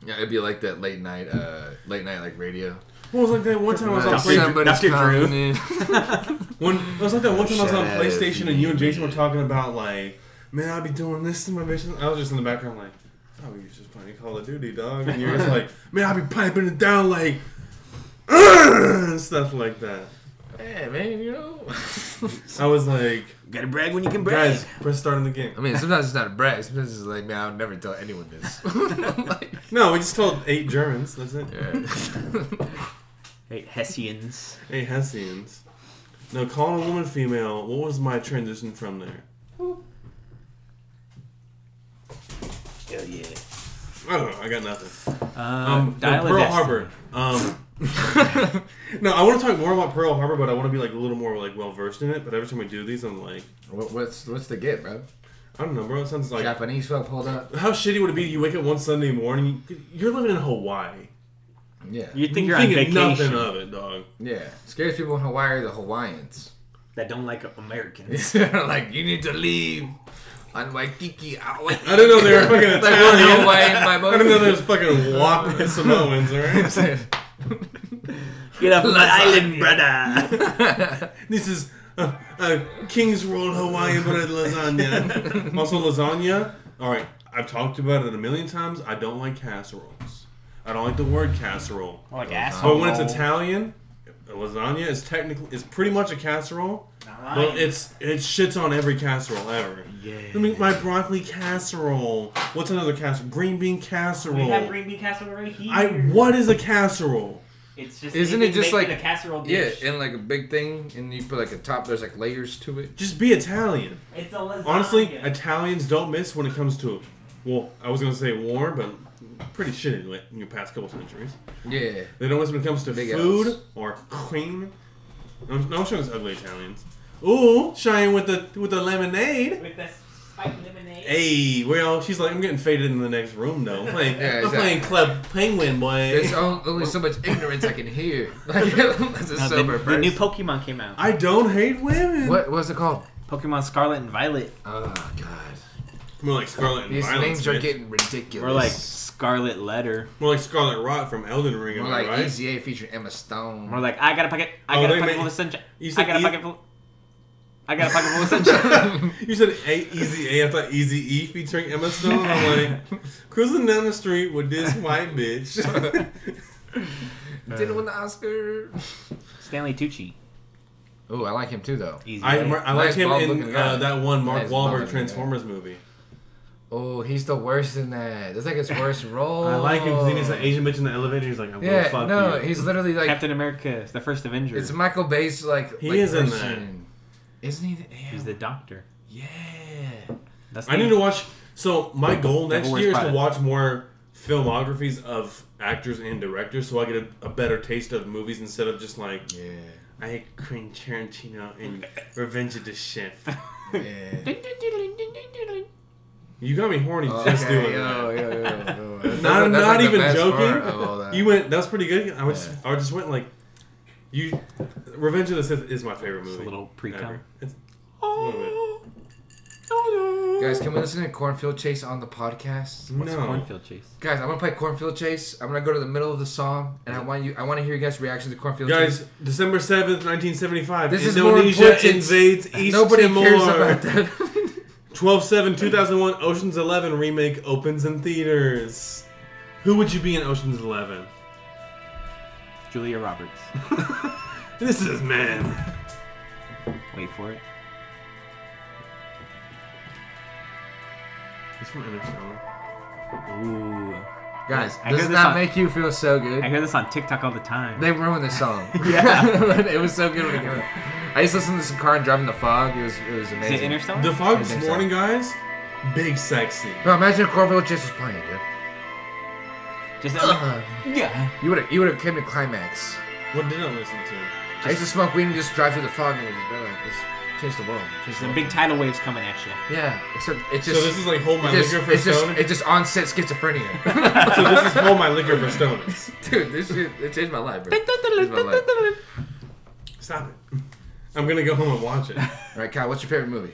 S2: yeah, it'd be like that late night uh late night like radio.
S3: Well, it was like that one time I was on
S1: Somebody-
S3: PlayStation.
S2: Somebody's
S1: Dr. Drew.
S2: calling in.
S3: When it was like that one time I was on
S2: Shut up,
S3: PlayStation
S2: you
S3: and you and Jason were talking about like, man, I'd be doing this to my mission. I was just in the background like, oh, you're just playing Call of Duty, dog, and you're just like, man, I'd be piping it down like, and stuff like that.
S2: Hey man, you know
S3: I was like,
S1: You gotta brag when you can brag.
S3: guys, press start in the game.
S2: I mean sometimes it's not a brag, sometimes it's like man, I would never tell anyone this. like,
S3: No, we just told eight Germans. That's it.
S2: yeah.
S1: Hey, Hessians.
S3: Eight Hessians. No, calling a woman female. What was my transition from there?
S1: Hell yeah.
S3: I don't know. I got nothing.
S1: Uh,
S3: Um, no,
S1: Dial of
S3: Pearl
S1: Destiny.
S3: Harbor. Um, no, I want to talk more about Pearl Harbor, but I want to be like a little more like well versed in it. But every time we do these, I'm like,
S2: What, what's what's the get, bro?
S3: I don't know, bro. It sounds like
S2: Japanese folk pulled up.
S3: how shitty would it be? You wake up one Sunday morning, you're living in Hawaii.
S2: Yeah.
S1: You'd think
S3: You're
S1: you're on
S3: thinking nothing
S1: vacation.
S3: of it, dog.
S2: Yeah. Scariest people in Hawaii are the Hawaiians.
S1: That don't like Americans.
S2: like, you need to leave on Waikiki. Hawaii."
S3: I didn't know they were fucking
S2: Like, we're in
S3: Italian.
S2: Hawaii, my boy.
S3: I didn't know there was fucking WAP Samoans, alright?
S1: Get off my island,
S3: Lasagna.
S1: brother.
S3: This is uh, uh, King's Roll Hawaiian bread lasagna. also, lasagna. All right, I've talked about it a million times. I don't like casseroles. I don't like the word casserole.
S1: like
S3: But
S1: asshole.
S3: Oh, when it's Italian, a lasagna is technically is pretty much a casserole. But it's it shits on every casserole ever.
S1: Yeah.
S3: Let me my broccoli casserole. What's another casserole? Green bean casserole.
S1: bean casserole right here.
S3: I what is a casserole?
S1: It's just
S2: Isn't it just
S1: making
S2: like-
S1: casserole
S2: yeah, and like a big thing, and you put like a top, there's like layers to it.
S3: Just be Italian.
S1: It's a lasagna.
S3: Honestly, Italians don't miss when it comes to, well, I was gonna say war, but pretty shitty like, in the past couple centuries.
S2: Yeah.
S3: They don't miss when it comes to
S2: Big
S3: food
S2: L's.
S3: or cream. No, no showing us ugly Italians. Ooh, shine with the with the lemonade.
S1: with the spiked lemonade.
S3: Hey, well, she's like, I'm getting faded in the next room though. I'm playing,
S2: Yeah,
S3: I'm
S2: exactly.
S3: playing Club Penguin, boy.
S2: There's on- only so much ignorance I can hear. Like, as a
S1: No,
S2: sober
S1: the, the
S2: person.
S1: new Pokemon came out.
S3: I don't hate women.
S2: what was it called?
S1: Pokemon Scarlet and Violet.
S2: Oh, God.
S3: More like Scarlet and
S2: These
S3: Violence.
S2: names are
S3: bitch.
S2: getting ridiculous.
S1: More like Scarlet Letter.
S3: More like Scarlet Rot from Elden Ring, am
S2: More
S3: I
S2: like
S3: right?
S2: EZA featuring Emma Stone.
S1: More like I got a pocket. I
S3: Oh,
S1: got
S3: they
S1: a pocket
S3: made-
S1: full of sunshine.
S3: you
S1: I
S3: said
S1: got a
S3: E-
S1: pocket full. I got a pocket full of sunshine.
S3: you said a- Easy A. I thought Easy E featuring Emma Stone. I'm like cruising down the street with this white bitch.
S2: Didn't
S3: uh,
S2: win the Oscar.
S1: Stanley Tucci.
S2: Ooh, I like him too, though.
S1: Easy.
S3: I,
S1: right?
S3: I like
S2: Nice
S3: him
S2: bald-looking
S3: in
S2: guy.
S3: uh, that one Mark
S2: Nice
S3: Wahlberg
S2: bald-looking guy.
S3: Transformers movie.
S2: Oh, he's the worst in that. That's like his worst role.
S3: I like him because he needs an Asian bitch in the elevator. He's like, I will
S2: Oh. Yeah,
S3: fuck
S2: no,
S3: you.
S2: he's literally like
S1: Captain America, the first Avenger.
S2: it's Michael Bay's like.
S3: He
S2: like
S3: is in that.
S2: person. Isn't he? The, yeah.
S1: He's the doctor.
S2: yeah.
S1: That's
S3: I
S1: the-
S3: need to watch. So my
S1: Devil
S3: goal next
S1: Wears
S3: year is to
S1: Prada.
S3: watch more filmographies of actors and directors, so I get a, a better taste of movies instead of just like
S2: Yeah.
S3: I hate Quentin Tarantino and Revenge of the Chef.
S2: Yeah.
S3: You got me horny
S2: Oh,
S3: just
S2: okay,
S3: doing
S2: yo,
S3: that.
S2: yo, yo, yo. That's like- that's
S3: Not, not
S2: like the
S3: even
S2: best part of all
S3: joking.
S2: that.
S3: You went. That's pretty good. I was.
S2: Yeah.
S3: I just went like, you. Revenge of the Sith is my favorite movie.
S1: It's a little pre-cum.
S3: ever. It's-
S2: Guys, can we listen to Cornfield Chase on the podcast?
S1: What's
S3: no.
S1: cornfield chase?
S2: Guys, I'm gonna play Cornfield Chase. I'm gonna go to the middle of the song, and I want you. I want to hear you guys' reaction to Cornfield Chase.
S3: Guys, December seventh, nineteen seventy-five.
S2: This is more
S3: Indonesia
S2: important.
S3: invades East
S2: Nobody
S3: Timor.
S2: cares about that.
S3: 12 7 2001 Ocean's 11 remake opens in theaters. Who would you be in Ocean's 11?
S1: Julia Roberts.
S3: This is man.
S1: Wait for it.
S3: It's from Interstellar.
S1: Ooh.
S2: Guys,
S1: I
S2: does
S1: hear this
S2: not
S1: on-
S2: make you feel so good?
S1: I hear this on TikTok all the time.
S2: They ruined this song.
S1: Yeah.
S2: But it was so good when it came out. I used to listen to this in car and driving the fog. It was it was
S1: Is
S2: amazing.
S1: it Interstellar?
S3: The fog
S2: I
S3: this
S2: think so.
S3: morning, guys. Big sexy.
S2: Bro, imagine if Corville Chase was playing, dude.
S1: Just
S3: Uh-huh.
S2: Ugh.
S1: yeah.
S2: You would have you would have came to climax.
S3: What did I listen to?
S2: I used to smoke weed and just drive through the fog and it was better. Like, just change the world. Change
S1: There's
S2: the
S1: a
S2: world.
S1: big tidal waves coming at you.
S2: yeah. Except it's
S3: So
S2: just
S3: this is like hold my
S2: it just,
S3: liquor for
S2: it's just
S3: stone.
S2: it's just onset schizophrenia.
S3: so this is hold my liquor for stoners.
S2: dude, this shit it changed my life, bro. It changed my life.
S3: Stop it. I'm gonna go home and watch it.
S2: All right, Kyle, what's your favorite movie?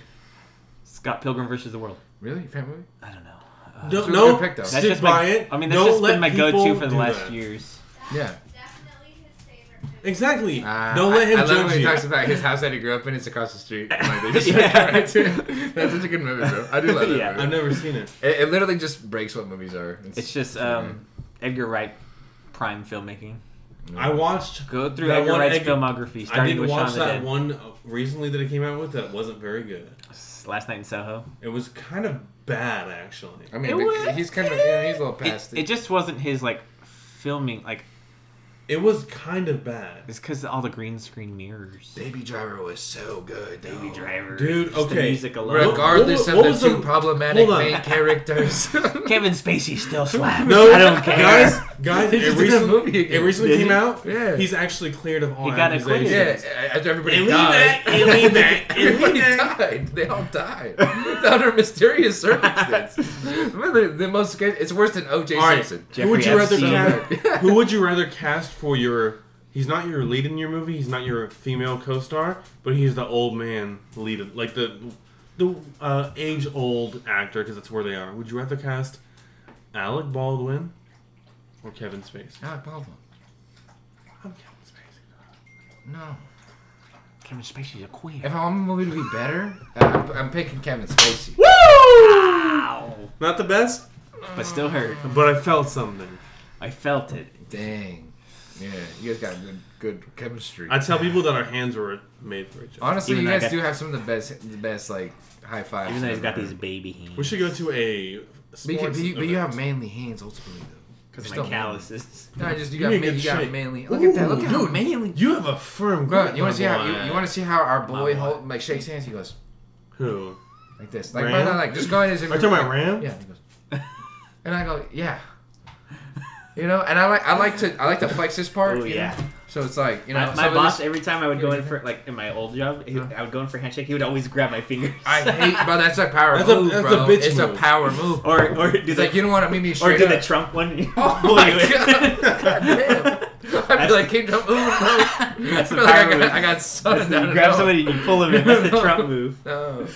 S1: Scott Pilgrim versus the World.
S2: Really, your favorite movie?
S1: I don't know. Uh,
S3: No,
S2: a
S3: no
S2: good pick, though. That's
S1: That's
S3: stick
S1: just
S3: by
S1: my,
S3: it.
S1: I mean, that's
S3: Don't
S1: just
S3: let
S1: been my go-to
S3: people
S1: for the
S3: do
S1: last
S3: that.
S1: years.
S2: Yeah.
S4: Definitely his favorite movie.
S3: Exactly.
S2: Uh,
S3: Don't
S2: I-
S3: let him
S2: I, love
S3: judge
S2: when he
S3: you.
S2: talks about his house that he grew up in. It's across the street. Like, they just
S1: Yeah.
S2: right to it. That's such a good movie, bro. I do love that
S1: Yeah.
S2: movie.
S3: I've never seen it.
S2: It, it literally just breaks what movies are.
S1: It's just um, Edgar Wright prime filmmaking.
S3: I watched.
S1: Go through
S3: That
S1: Edgar
S3: one
S1: Wright's
S3: Edgar-
S1: filmography,
S3: I
S1: starting
S3: did
S1: with Shaun
S3: watch
S1: of the
S3: that
S1: Dead.
S3: one uh, recently that it came out with that wasn't very good.
S1: Last Night in Soho.
S3: It was kind of bad actually.
S2: I mean,
S1: It
S2: but
S1: was-
S2: he's kind of you know, he's a little
S1: It,
S2: past
S1: it just wasn't his like filming. Like
S3: It was kind of bad.
S1: it's because all the green screen mirrors.
S2: Baby Driver was so good. though.
S1: Baby Driver,
S3: Dude,
S1: just The
S3: okay.
S1: music alone.
S2: Regardless
S3: What- what
S2: of
S3: was
S2: the two
S3: the-
S2: problematic
S3: hold on.
S2: main characters.
S1: Kevin Spacey still slaps.
S3: No,
S1: I don't care.
S3: guys. Guys,
S2: He
S3: it
S2: just did a
S3: recently,
S2: movie again.
S3: it recently
S1: Did
S3: came
S1: he?
S3: out.
S2: Yeah.
S3: he's actually cleared of all
S1: He got
S3: accusations.
S2: yeah, after everybody
S3: And we
S2: died.
S3: back, and we back, and we
S2: Everybody
S3: back.
S2: died. They all died under mysterious circumstances. Remember the, the most? It's worse than O.J.
S3: All right,
S2: Simpson.
S3: who would you
S1: Jeffrey
S3: rather
S1: Epstein.
S3: cast? who would you rather cast for your? He's not your lead in your movie. He's not your female co-star, but he's the old man lead, of- like the the uh, age-old actor, because that's where they are. Would you rather cast Alec Baldwin or Kevin Spacey?
S2: Alec Baldwin.
S3: I'm Kevin Spacey.
S2: No.
S1: Kevin Spacey's a queen.
S2: If I want my movie to be better, uh, I'm, I'm picking Kevin Spacey.
S1: Woo!
S3: Not the best,
S1: But still hurt.
S3: but I felt something.
S1: I felt it.
S2: Dang. Yeah, you guys got good, good chemistry.
S3: I tell people that our hands were made for each other.
S2: Honestly,
S1: Even
S2: you
S1: though I
S2: guys
S1: got-
S2: do have some of the best, the best like high fives.
S1: Even though he's got
S2: ever.
S1: these baby hands.
S3: We should go to a
S2: But you, can-
S3: sports
S2: but you- but you
S3: event.
S2: have manly hands ultimately though.
S1: because
S2: Still
S1: my
S2: manly.
S1: calluses.
S2: No, just you
S3: You
S2: got,
S3: need
S2: ma-
S3: good
S2: you got
S3: shape.
S2: manly. Look at that! Look at how
S3: Ooh,
S2: manly.
S3: You have a firm
S2: Bro,
S3: grip.
S2: you want to see how you,
S3: on
S2: you want to see how our boy
S1: boy.
S2: hold, like shakes hands? He goes
S3: who?
S2: like this. Like,
S3: Ram?
S2: bro, no, like just go ahead.
S3: Are you talking about Ram?
S2: Yeah. He goes, and I go, yeah. You know, and I like I like to I like to flex this part.
S1: Oh,
S2: you know?
S1: yeah.
S2: So it's like you know
S1: My, my
S2: some of
S1: boss,
S2: this-
S1: every time I would go in for like in my old job, he, I would go in for handshake. He would always grab my fingers.
S2: I hate, bro. That's a power
S3: That's a-
S2: move,
S3: that's a
S2: bro.
S3: bitch
S2: it's
S3: move.
S2: a power move.
S1: or or do
S2: He's
S1: the,
S2: like, you don't want to meet me
S1: or
S2: straight
S1: do the
S2: up.
S1: Trump one.
S2: Oh
S1: Pull
S2: my
S1: you in.
S2: god! god damn. I feel like King Trump. Ooh, no. I
S1: That's
S2: feel
S1: the
S2: like I
S1: power
S2: got,
S1: move.
S2: I got
S1: That's
S2: sucked
S1: the-
S2: down
S1: you
S2: a
S1: grab
S2: hole.
S1: somebody and you pull them in. That's the Trump move.
S2: No. Oh.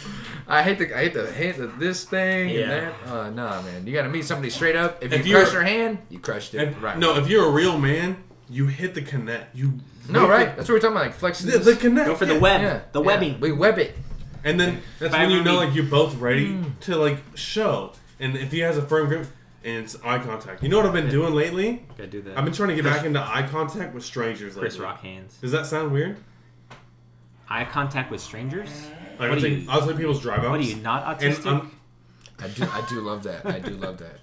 S2: I hate the I hate the hate the, this thing
S1: Yeah.
S2: and that. Uh, nah, man, you gotta meet somebody straight up. If,
S3: If
S2: you
S3: you're-
S2: crush their hand, you crushed it.
S3: If-
S2: right.
S3: No, if you're a real man, you hit the connect. You
S2: No,
S3: make
S2: right?
S3: the-
S2: That's what we're talking about. Like flexing.
S3: The,
S2: this-
S3: the connect.
S1: Go for
S3: yeah.
S1: the web,
S2: yeah,
S1: the
S2: yeah.
S1: webbing.
S2: We web it.
S3: And then
S1: If
S3: that's
S1: I
S3: when you
S1: ever
S3: know
S1: meet- Hmm.
S3: like you're both ready to like show. And if he has a firm grip and it's eye contact. You know what I've been doing lately?
S1: Gotta do that.
S3: I've been trying to get back into eye contact with strangers lately.
S1: Chris Rock hands.
S3: Does that sound weird?
S1: Eye contact with strangers. What
S3: Like I'll
S1: do
S3: take,
S1: you-
S3: I'll take people's drive
S1: What are you not
S3: And
S1: autistic?
S3: I'm,
S2: I do I do love that. I do love that.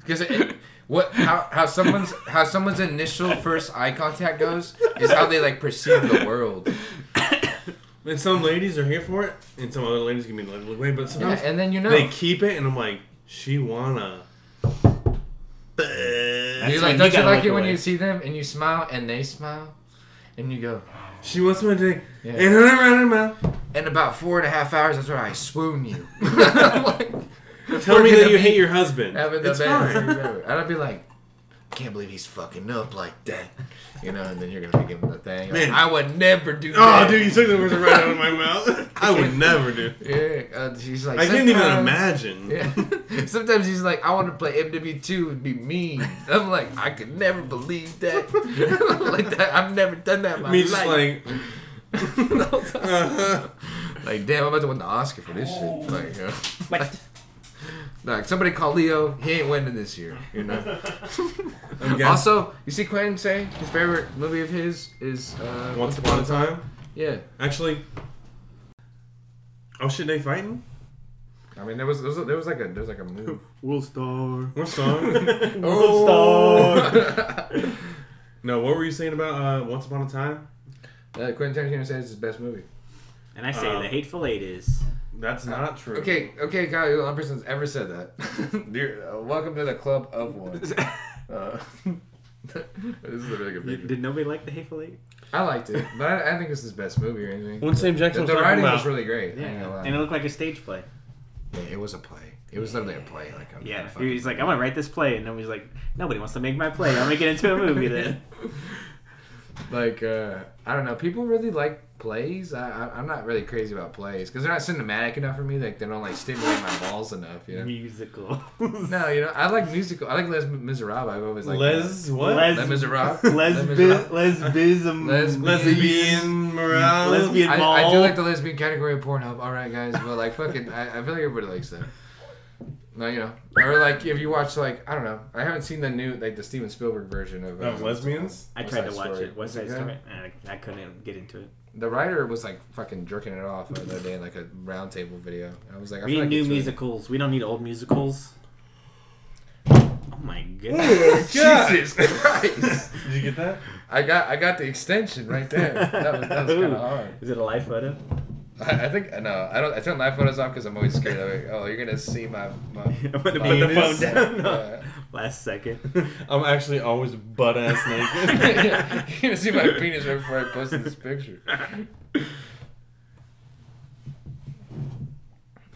S2: Because it, what how, how someone's how someone's initial first eye contact goes is how they like perceive the world.
S3: and some ladies are here for it, and some other ladies give me the look away. But
S2: Yeah,
S3: sometimes
S2: and then you know.
S3: they keep it, and I'm like, she wanna.
S2: you
S1: when
S2: like,
S1: you
S2: don't you,
S1: gotta
S2: like
S1: look
S2: it when
S1: away.
S2: you see them and you smile and they smile, and you go.
S3: She wants my dick.
S2: Yeah.
S3: And her around her mouth.
S2: In about four and a half hours, that's where I swoon you. like,
S3: Tell
S2: We're
S3: me that
S2: gonna
S3: you
S2: be
S3: hate your husband.
S2: having the
S3: It's
S2: best.
S3: fine.
S2: And I'd be like, can't believe he's fucking up like that. You know, and then you're gonna be giving the thing. like,
S3: Man.
S2: I would never do that.
S3: Oh, dude, you took the words right out of my mouth. I would never do.
S2: Yeah, uh, she's like.
S3: I can't even
S2: "Sometimes-"
S3: imagine.
S2: Yeah. Sometimes he's like, I want to play MW2 and be mean. I'm like, I could never believe that. like that, I've never done that in my
S3: Me just
S2: life.
S3: like,
S2: Like, damn, I'm about to win the Oscar for this shit. Like, uh,
S1: What?
S2: like, somebody call Leo. He ain't winning this year. You know.
S3: I'm guessing.
S2: also, you see Quentin say his favorite movie of his is uh,
S3: Once upon a time.
S2: Yeah.
S3: Actually, oh shit, they fighting?
S2: I mean, there was there was, there was like a there was like a move.
S5: Will Star.
S3: What song? Oh. no, what were you saying about uh, Once Upon a Time?
S2: Uh, Quentin Tarantino says it's his best movie.
S1: And I say
S3: Um,
S1: the hateful eight is.
S3: That's not true.
S2: Okay, okay, Kyle, you're the only person that's ever said that. You're, uh, welcome to the club of one. Uh, this is a really good picture.
S1: Did nobody like the hateful eight?
S2: I liked it, but I, I don't think it's his best movie or anything.
S3: When Sam Jackson
S2: the,
S3: was
S2: the
S3: talking
S2: writing
S3: about,
S2: was really great. I ain't gonna lie.
S1: And it looked like a stage play.
S2: Yeah, it was a play. It was literally a play. Like I'm
S1: Yeah,
S2: trying to
S1: he was
S2: fucking-
S1: like, I'm gonna write this play, and nobody's like, nobody wants to make my play. I'll make it into a movie then.
S2: like uh, I don't know. People really like plays. I, I I'm not really crazy about plays because they're not cinematic enough for me. Like they don't like stimulate my balls enough. You know.
S1: Musical.
S2: No, you know I like musical. I like Les Miserables. I've always liked
S3: Les what?
S2: that. Les Miserables.
S5: Lesbi- lesbism.
S2: Lesbian.
S3: Lesbian morale.
S1: Lesbian
S2: I, I do
S1: Mall.
S2: like the lesbian category of Pornhub. All right, guys, but like fucking, I, I feel like everybody likes that. No, you know, or like if you watch like I don't know, I haven't seen the new like the Steven Spielberg version of um,
S3: Of lesbians?
S1: I
S2: West
S1: tried
S2: Side
S1: to watch
S2: Story.
S1: it. What's
S2: Was
S1: that
S2: good?
S1: story? I- I couldn't get into it.
S2: The writer was like fucking jerking it off the other day in like a roundtable video. And I was like, I
S1: We
S2: feel
S1: need
S2: like
S1: new
S2: it's really-
S1: musicals. We don't need old musicals. Oh my
S3: Oh,
S1: goodness.
S3: God.
S2: Jesus Christ!
S3: Did you get that?
S2: I got I got the extension right there. That was, that was kind
S1: Ooh.
S2: of hard.
S1: Is it a live photo?
S2: I, I think no, I don't. I turn live photos off because I'm always scared. Like, oh, you're gonna see my. my
S1: I'm gonna
S2: my
S1: put the phone
S3: Anus.
S1: down.
S2: Yeah.
S1: Last second.
S3: I'm actually always butt ass naked.
S2: You're gonna see my penis right before I posted this picture.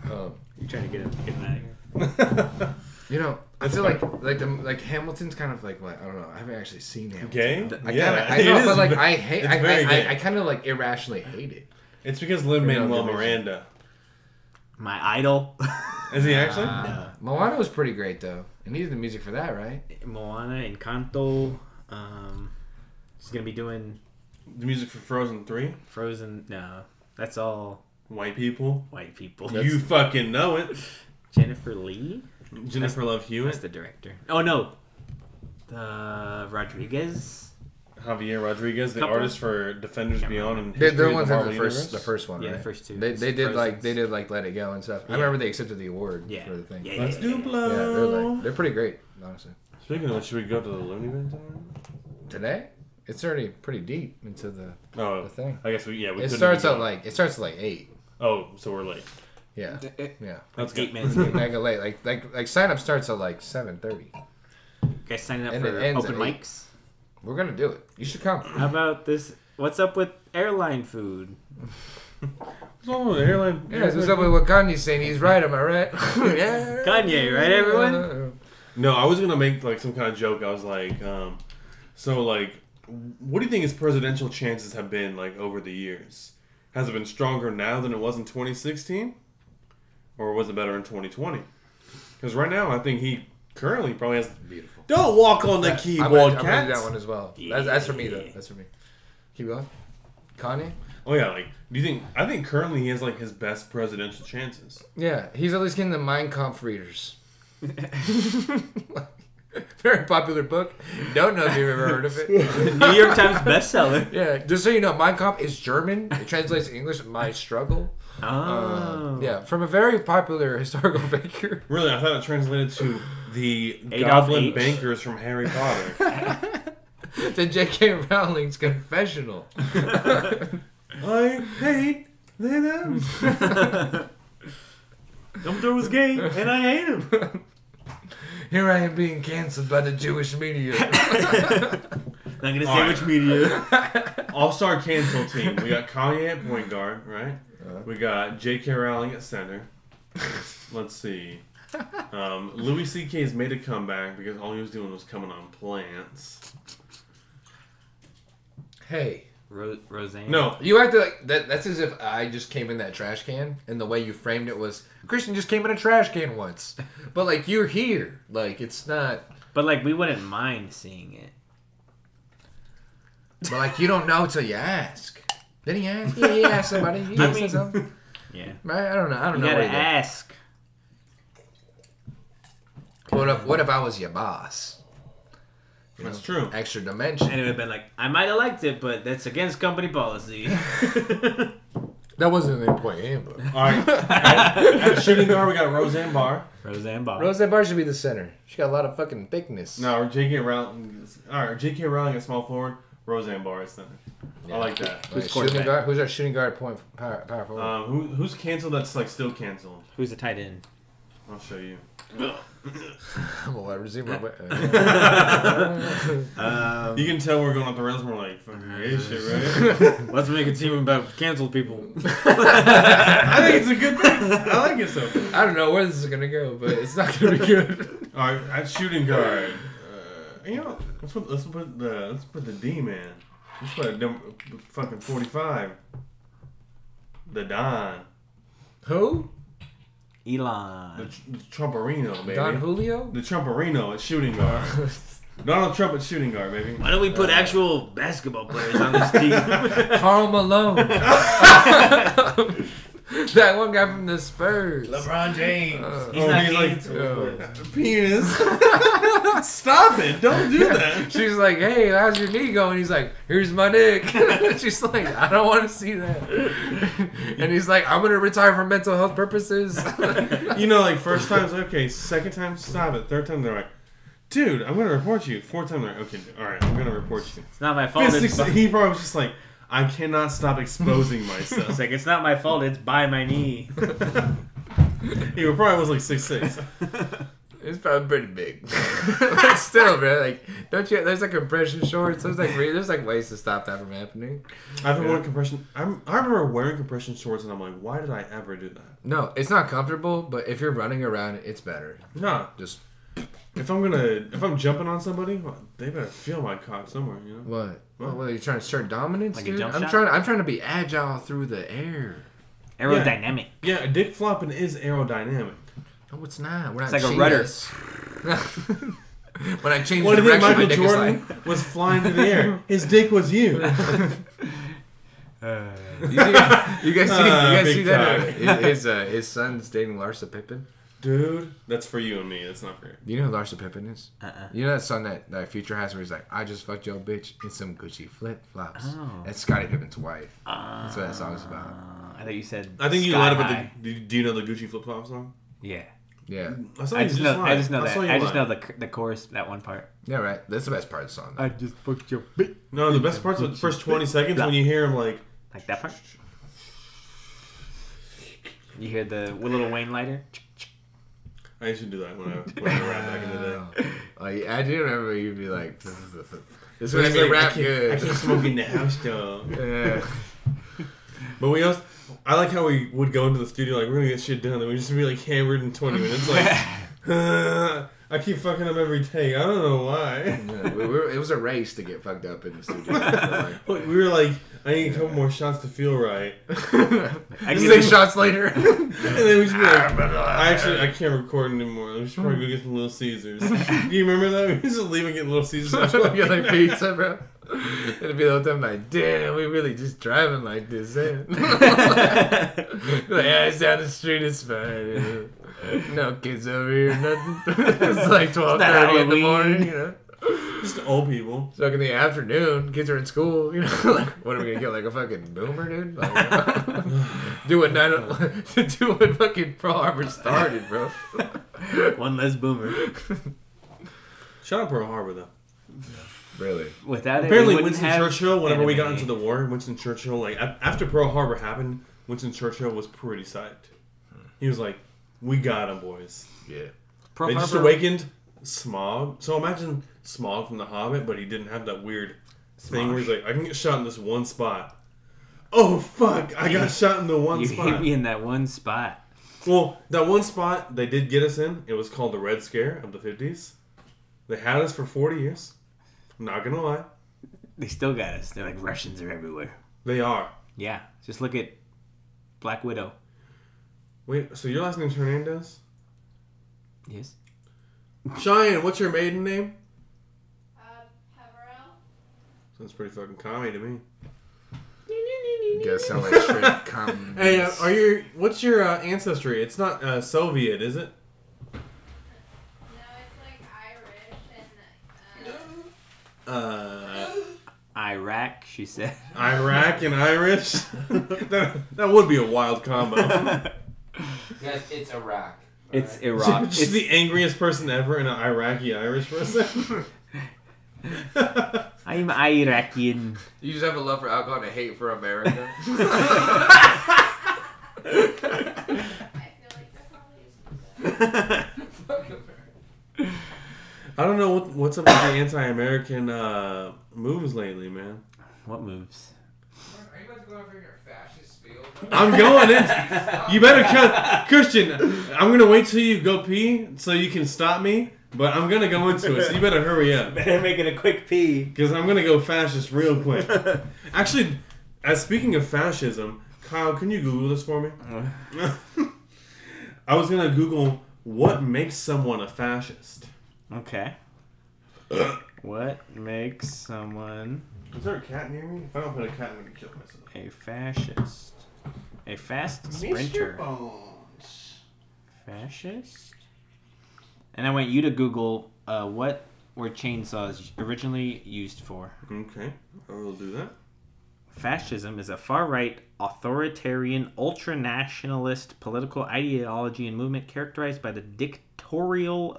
S2: Um,
S1: You're trying to get it, get it out of here.
S2: you know, I
S3: That's
S2: feel
S3: fine.
S2: like like the like Hamilton's kind of like like I don't know. I haven't actually seen Hamilton.
S3: Gay?
S2: I
S3: Yeah,
S2: kind of I
S3: it
S2: know, but
S3: is
S2: like
S3: ve-
S2: I hate.
S3: it's
S2: I,
S3: very
S2: I,
S3: gay.
S2: I, I kind of like irrationally hate it.
S3: it's because Lin Manuel Miranda.
S1: My idol.
S3: Is he actually?
S1: Ah.
S2: Uh, Moana was pretty great though, and he did the music for that, right?
S1: Moana, Encanto. Um, she's gonna be doing
S3: the music for Frozen 3?
S1: Frozen. No, that's all
S3: White people?
S1: white people.
S3: You fucking know it.
S1: Jennifer Lee.
S3: Jennifer Love
S1: That's
S3: Hewitt,
S1: the director. Oh no, the Rodriguez.
S3: Javier Rodriguez, the
S1: Couple.
S3: artist for Defenders
S1: Can't
S3: Beyond
S1: remember.
S3: and
S2: They're,
S3: History
S2: they're
S3: of
S2: the ones that
S3: Marvel
S2: did the first, the
S3: Universe.
S2: first one,
S1: Yeah, the
S2: right?
S1: first two.
S2: They, they did like they
S1: Frozen's.
S2: did like Let It Go and stuff.
S1: Yeah.
S2: I remember they accepted the award
S1: Yeah.
S2: for the thing.
S1: Yeah,
S2: Yeah,
S1: yeah,
S3: Let's
S1: yeah,
S3: do
S1: yeah.
S3: blow.
S2: they're
S3: Oh.
S2: like they're pretty great, honestly.
S3: Speaking of which, should we go to the Looney Bin tomorrow?
S2: Today, it's already pretty deep into the
S3: Oh,
S2: the thing.
S3: I guess we yeah we.
S2: It
S3: couldn't
S2: starts
S3: be
S2: at
S3: done.
S2: like it starts at like eight.
S3: Oh, so we're late.
S2: Yeah, yeah.
S3: That's
S1: Eight
S3: good.
S1: minutes.
S2: Mega late. Like like like sign up starts at like seven thirty.
S1: You guys signing up
S2: And
S1: for
S2: it ends
S1: open
S2: at eight.
S1: mics?
S2: We're gonna do it. You should come.
S1: How about this? What's up with airline food?
S3: oh, the airline.
S2: Yeah, what's up with what Kanye's saying? He's right. Am I right? yeah.
S1: Kanye, right, everyone?
S3: No, I was gonna make like some kind of joke. I was like, um, so like, what do you think his presidential chances have been like over the years? Has it been stronger now than it was in 2016, or was it better in 2020? Because right now, I think he currently probably has.
S2: Beautiful.
S3: Don't walk on the
S2: I'm
S3: keyboard,
S2: gonna, I'm gonna do
S3: cat.
S2: that one as well. That's, that's for me though.
S1: Yeah.
S2: That's for me. Keep going. Kanye.
S3: Oh yeah, like, do you think? I think currently he has like his best presidential chances.
S2: Yeah, he's at least getting the Mein Kampf readers. Very popular book. Don't know if you've ever heard of it.
S1: New York Times bestseller.
S2: Yeah, just so you know, Mein Kampf is German. It translates to English, My Struggle.
S1: Oh.
S2: Uh, yeah, from a very popular historical figure.
S3: Really, I thought it translated to the
S1: Adolf
S3: goblin
S1: H.
S3: bankers from Harry Potter.
S2: to J.K. Rowling's confessional.
S3: I hate they them.
S1: Oh. Dumbledore was gay, and I hate him.
S2: Here I am being canceled by the Jewish media.
S1: Not gonna say
S3: Alright.
S1: which media.
S3: All star cancel team. We got Kanye at point guard, right? We got J.K. Rowling at center. Let's see. Um, Louis C.K. has made a comeback because all he was doing was coming on plants.
S2: hey,
S1: Ro- Roseanne.
S3: No,
S2: you have to like that. That's as if I just came in that trash can, and the way you framed it was Christian just came in a trash can once. But like you're here, like it's not.
S1: But like, we wouldn't mind seeing it.
S2: But like you don't know till you ask. Did he ask? Yeah, he asked somebody. He
S1: I
S2: asked
S1: mean-
S2: something.
S1: Yeah.
S2: Right? I don't know. I don't
S1: You
S2: know.
S1: gotta
S2: What, he did.
S1: ask.
S2: what if What if I was your boss?
S3: that's true.
S2: Extra dimension.
S1: And it would have been like, I might have liked it, but that's against company policy.
S2: That wasn't an employee handbook.
S3: All right. at, at shooting guard, we got Roseanne Barr.
S1: Roseanne Barr.
S2: Roseanne Barr should be the center. She got a lot of fucking thickness.
S3: No, J.K. Rowling. All right, J.K. Rowling at small forward. Roseanne Barr is center. I like that.
S2: Who's,
S1: Who's
S2: shooting
S1: quarterback?
S2: guard, who's our shooting guard point power, power forward?
S3: Um, who, who's canceled? That's like still canceled.
S1: Who's the tight end?
S3: I'll show you.
S1: Uh,
S2: I'm gonna let her resume my.
S1: Um,
S6: Uh,
S3: You can tell we're going off the rails. We're like, fucking great shit, right?
S6: Let's make a team about canceled people.
S3: I think it's a good thing. I like it so. far.
S2: I don't know where this is gonna go, but it's not gonna be good.
S3: All right, at shooting guard. Uh, you know, let's put let's put the let's put the D man. Let's put a dumb, fucking forty five. The Don,
S2: Who?
S6: Uh.
S3: the,
S1: Elon.
S3: the Trumperino, baby.
S2: Don Julio?
S3: The Trumperino at shooting guard. Donald Trump at shooting guard, baby. Uh.
S6: Why don't we put actual basketball players on this team?
S2: Carl Malone. that one guy from the Spurs.
S1: LeBron James.
S2: Uh,
S1: He's
S3: Oh,
S1: not
S3: he's like-
S1: canceled.
S2: yo.
S6: Oh.
S3: Penis. Stop it! Don't do that.
S2: She's like, hey, how's your knee going? He's like, here's my dick. She's like, I don't want to see that. and he's like, I'm going to retire for mental health purposes.
S3: You know, like first time's okay, second time stop it, third time they're like, dude, I'm gonna report you. Fourth time they're like, okay, all right, I'm gonna report you.
S6: it's not my fault.
S3: Fifth,
S6: It's
S3: sixth,
S6: by,
S3: he probably was just like, I cannot stop exposing myself.
S6: it's like it's not my fault. It's by my knee.
S3: he probably was like six six.
S2: it's probably pretty big. but still, man, like, don't you, there's like compression shorts. There's like, re- there's like ways to stop that from happening.
S3: I've been wearing compression. I'm, I remember wearing compression shorts, and I'm like, why did I ever do that?
S2: No, it's not comfortable, but if you're running around, it's better.
S3: Nah,
S2: Just
S3: if I'm gonna, if I'm jumping on somebody, well, they better feel my cock somewhere, you know.
S2: what? What, what are you trying to assert dominance,
S1: Like a
S2: dude?
S1: jump
S2: I'm
S1: shot?
S2: trying. I'm trying to be agile through the air.
S1: Aerodynamic.
S3: Yeah, a dick flopping is aerodynamic.
S2: No, it's not. We're not.
S1: It's like a rudder.
S2: cheetahs. when I change
S3: What do
S2: direction,
S3: you think
S2: my
S3: Michael
S2: dick is like.
S3: Jordan was flying through the air? His dick was you.
S2: You, see- you guys see? You
S3: Ah,
S2: guys see
S3: big
S2: that? His his, uh, his son's dating Larsa Pippen.
S3: Dude, that's for you and me. That's not for you.
S2: Do you know who Larsa Pippen is?
S1: Uh-uh.
S2: You know that son that, that Future has where he's like, I just fucked your bitch in some Gucci flip flops.
S1: Oh.
S2: That's Scottie Pippen's wife. That's what that song's about.
S1: Uh, I thought you said.
S3: I think you
S1: sky
S3: lied
S1: high.
S3: about the. Do, do you know the Gucci flip flop song?
S1: Yeah.
S2: Yeah.
S3: I, saw
S1: I
S3: you
S1: just know. I
S3: lied.
S1: just know that.
S3: saw you
S1: I just
S3: lie.
S1: know the cr- the chorus that one part.
S2: Yeah, right. That's the best part of the song.
S7: I just fucked your bitch.
S3: No, the best part's the first twenty seconds when you hear him like,
S1: Like that part. You hear the little Wayne lighter.
S3: I used to do that when I, when I rap back in the
S2: Oh.
S3: day.
S2: Like, I do remember you'd be like, this is the this
S3: It's
S2: would be
S3: like,
S2: rap
S3: I can't,
S2: good.
S3: I can't smoke in the house though.
S2: Yeah.
S3: But we also, I like how we would go into the studio like we're gonna get shit done, and we just be like hammered in twenty minutes. Like, I keep fucking up every take. I don't know why.
S2: Yeah, we were, it was a race to get fucked up in the studio. Like,
S3: But we were like, I need a couple more shots to feel right.
S1: get
S2: six
S1: it.
S2: shots later.
S3: And then we just be like,
S2: uh,
S3: I actually I can't record anymore. We should probably go get some Little Caesars. Do you remember that? We used to leave and get Little Caesars.
S2: You're like pizza, bro. It'd be the whole time like, damn, we really just driving like this, eh? like, yeah, it's down the street, it's fine. eh." No kids over here, nothing. it's like twelve thirty in the
S1: Halloween.
S2: morning, you know.
S3: Just old people.
S2: It's like in the afternoon, kids are in school, you know. Like, what are we gonna get? Like a fucking boomer, dude? Like, do what nine, do what fucking Pearl Harbor started, bro.
S6: One less boomer.
S3: Shout out Pearl Harbor though.
S2: Really?
S1: Without it,
S3: Apparently
S1: we wouldn't
S3: Winston
S1: have
S3: Churchill. Whenever we got
S1: anime.
S3: into the war, Winston Churchill like a- after Pearl Harbor happened, Winston Churchill was pretty psyched. He was like, "We got 'em, boys."
S2: Yeah.
S1: Pearl
S3: they just
S1: Harbor
S3: awakened Smog. So imagine Smog from The Hobbit, but he didn't have that weird thing where he's like, "I can get shot in this one spot." Oh fuck! I got shot in the one
S1: You
S3: spot.
S1: hit me in that one spot.
S3: Well, that one spot they did get us in, it was called the Red Scare of the 50s. They had us for 40 years. I'm not going to lie.
S1: They still got us. They're like Russians are everywhere.
S3: They are.
S1: Yeah, just look at Black Widow.
S3: Wait, so your last name's Hernandez?
S1: Yes.
S3: Cheyenne, what's your maiden name?
S4: Uh, Peverell?
S3: Sounds pretty fucking commie to me.
S2: You gotta sound like straight cum.
S3: Hey, uh, are your what's your uh, ancestry? It's not uh, Soviet, is it?
S4: No, it's like Irish and, uh,
S3: Uh,
S1: Iraq, she said.
S3: Iraq and Irish. that, that would be a wild combo.
S2: Guys, it's Iraq.
S1: it's
S2: alright?
S1: Iraq.
S3: Just
S1: It's-
S3: the angriest person ever and an Iraqi Irish person.
S1: I'm Iraqian.
S2: You just have a love for alcohol and a hate for America.
S4: I feel like that probably is
S2: Fuck America.
S3: I don't know what, what's up with the anti-American uh, moves lately, man.
S1: What moves?
S2: Are you about to go over your fascist spiel?
S3: I'm going in. You better cut, Christian. I'm gonna wait till you go pee so you can stop me. But I'm gonna go into it, so you better hurry up
S1: Better make it a quick pee.
S3: because I'm gonna go fascist real quick. Actually, as speaking of fascism, Kyle, can you Google this for me? I was gonna Google what makes someone a fascist.
S1: Okay. what makes someone
S3: Is there a cat near me? If I don't put a cat, I'm gonna kill myself.
S1: a fascist? A fast sprinter. Fascist? And I want you to Google uh, what were chainsaws originally used for.
S3: Okay, I will do that.
S1: Fascism is a far right, authoritarian, ultranationalist political ideology and movement characterized by the dictatorial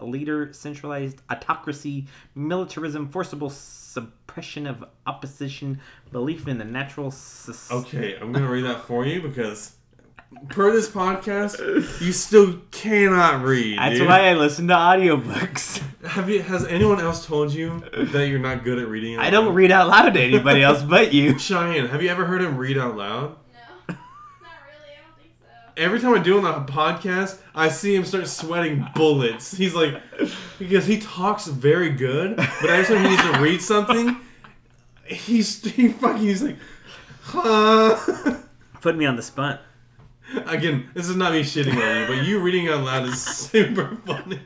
S1: leader, centralized autocracy, militarism, forcible suppression of opposition, belief in the natural. Sus-
S3: Okay, I'm gonna read that for you because per this podcast, you still cannot read.
S1: That's
S3: dude.
S1: why I listen to audiobooks.
S3: Have you? Has anyone else told you that you're not good at reading?
S1: I don't read out loud to anybody else but you.
S3: Cheyenne, have you ever heard him read out loud?
S4: No. Not really. I don't think so.
S3: Every time I do on the podcast, I see him start sweating bullets. He's like, because he talks very good, but every time he needs to read something, he's he fucking he's like, huh.
S1: Put me on the spot.
S3: Again, this is not me shitting on you, but you reading out loud is super funny.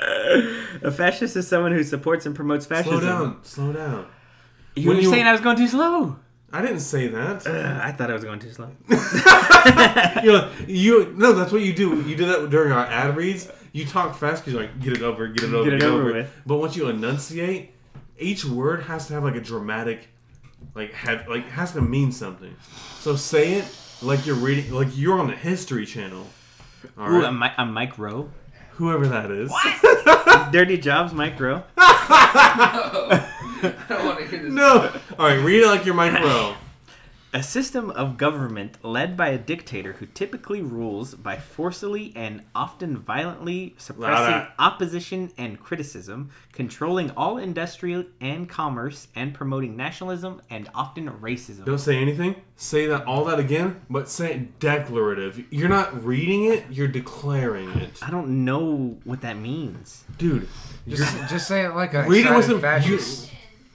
S1: A fascist is someone who supports and promotes fascism.
S3: Slow down, slow down.
S1: You
S3: When
S1: were
S3: you-
S1: saying I was going too slow.
S3: I didn't say that.
S1: Ugh, I thought I was going too slow.
S3: you know, you no, that's what you do. You do that during our ad reads. You talk fast because you're like, get it over, get it over,
S1: Get it over
S3: over.
S1: with.
S3: But once you enunciate, each word has to have like a dramatic, like have like has to mean something. So say it like you're reading, like you're on the History Channel. All
S1: Ooh,
S3: right,
S1: I'm, Mi- I'm Mike Rowe.
S3: whoever that is.
S1: Dirty Jobs, Mike Rowe.
S2: I don't want to hear this.
S3: No. All right, read it like you're Mike Rowe.
S1: A system of government led by a dictator who typically rules by forcibly and often violently suppressing
S3: Louder.
S1: opposition and criticism, controlling all industrial and commerce, and promoting nationalism and often racism.
S3: Don't say anything. Say that all that again, but say it declarative. You're not reading it. You're declaring it,
S1: I don't know what that means.
S3: dude. you're-
S2: Just, just say it like a
S3: Read it with
S2: excited
S3: some- you-
S2: fascist.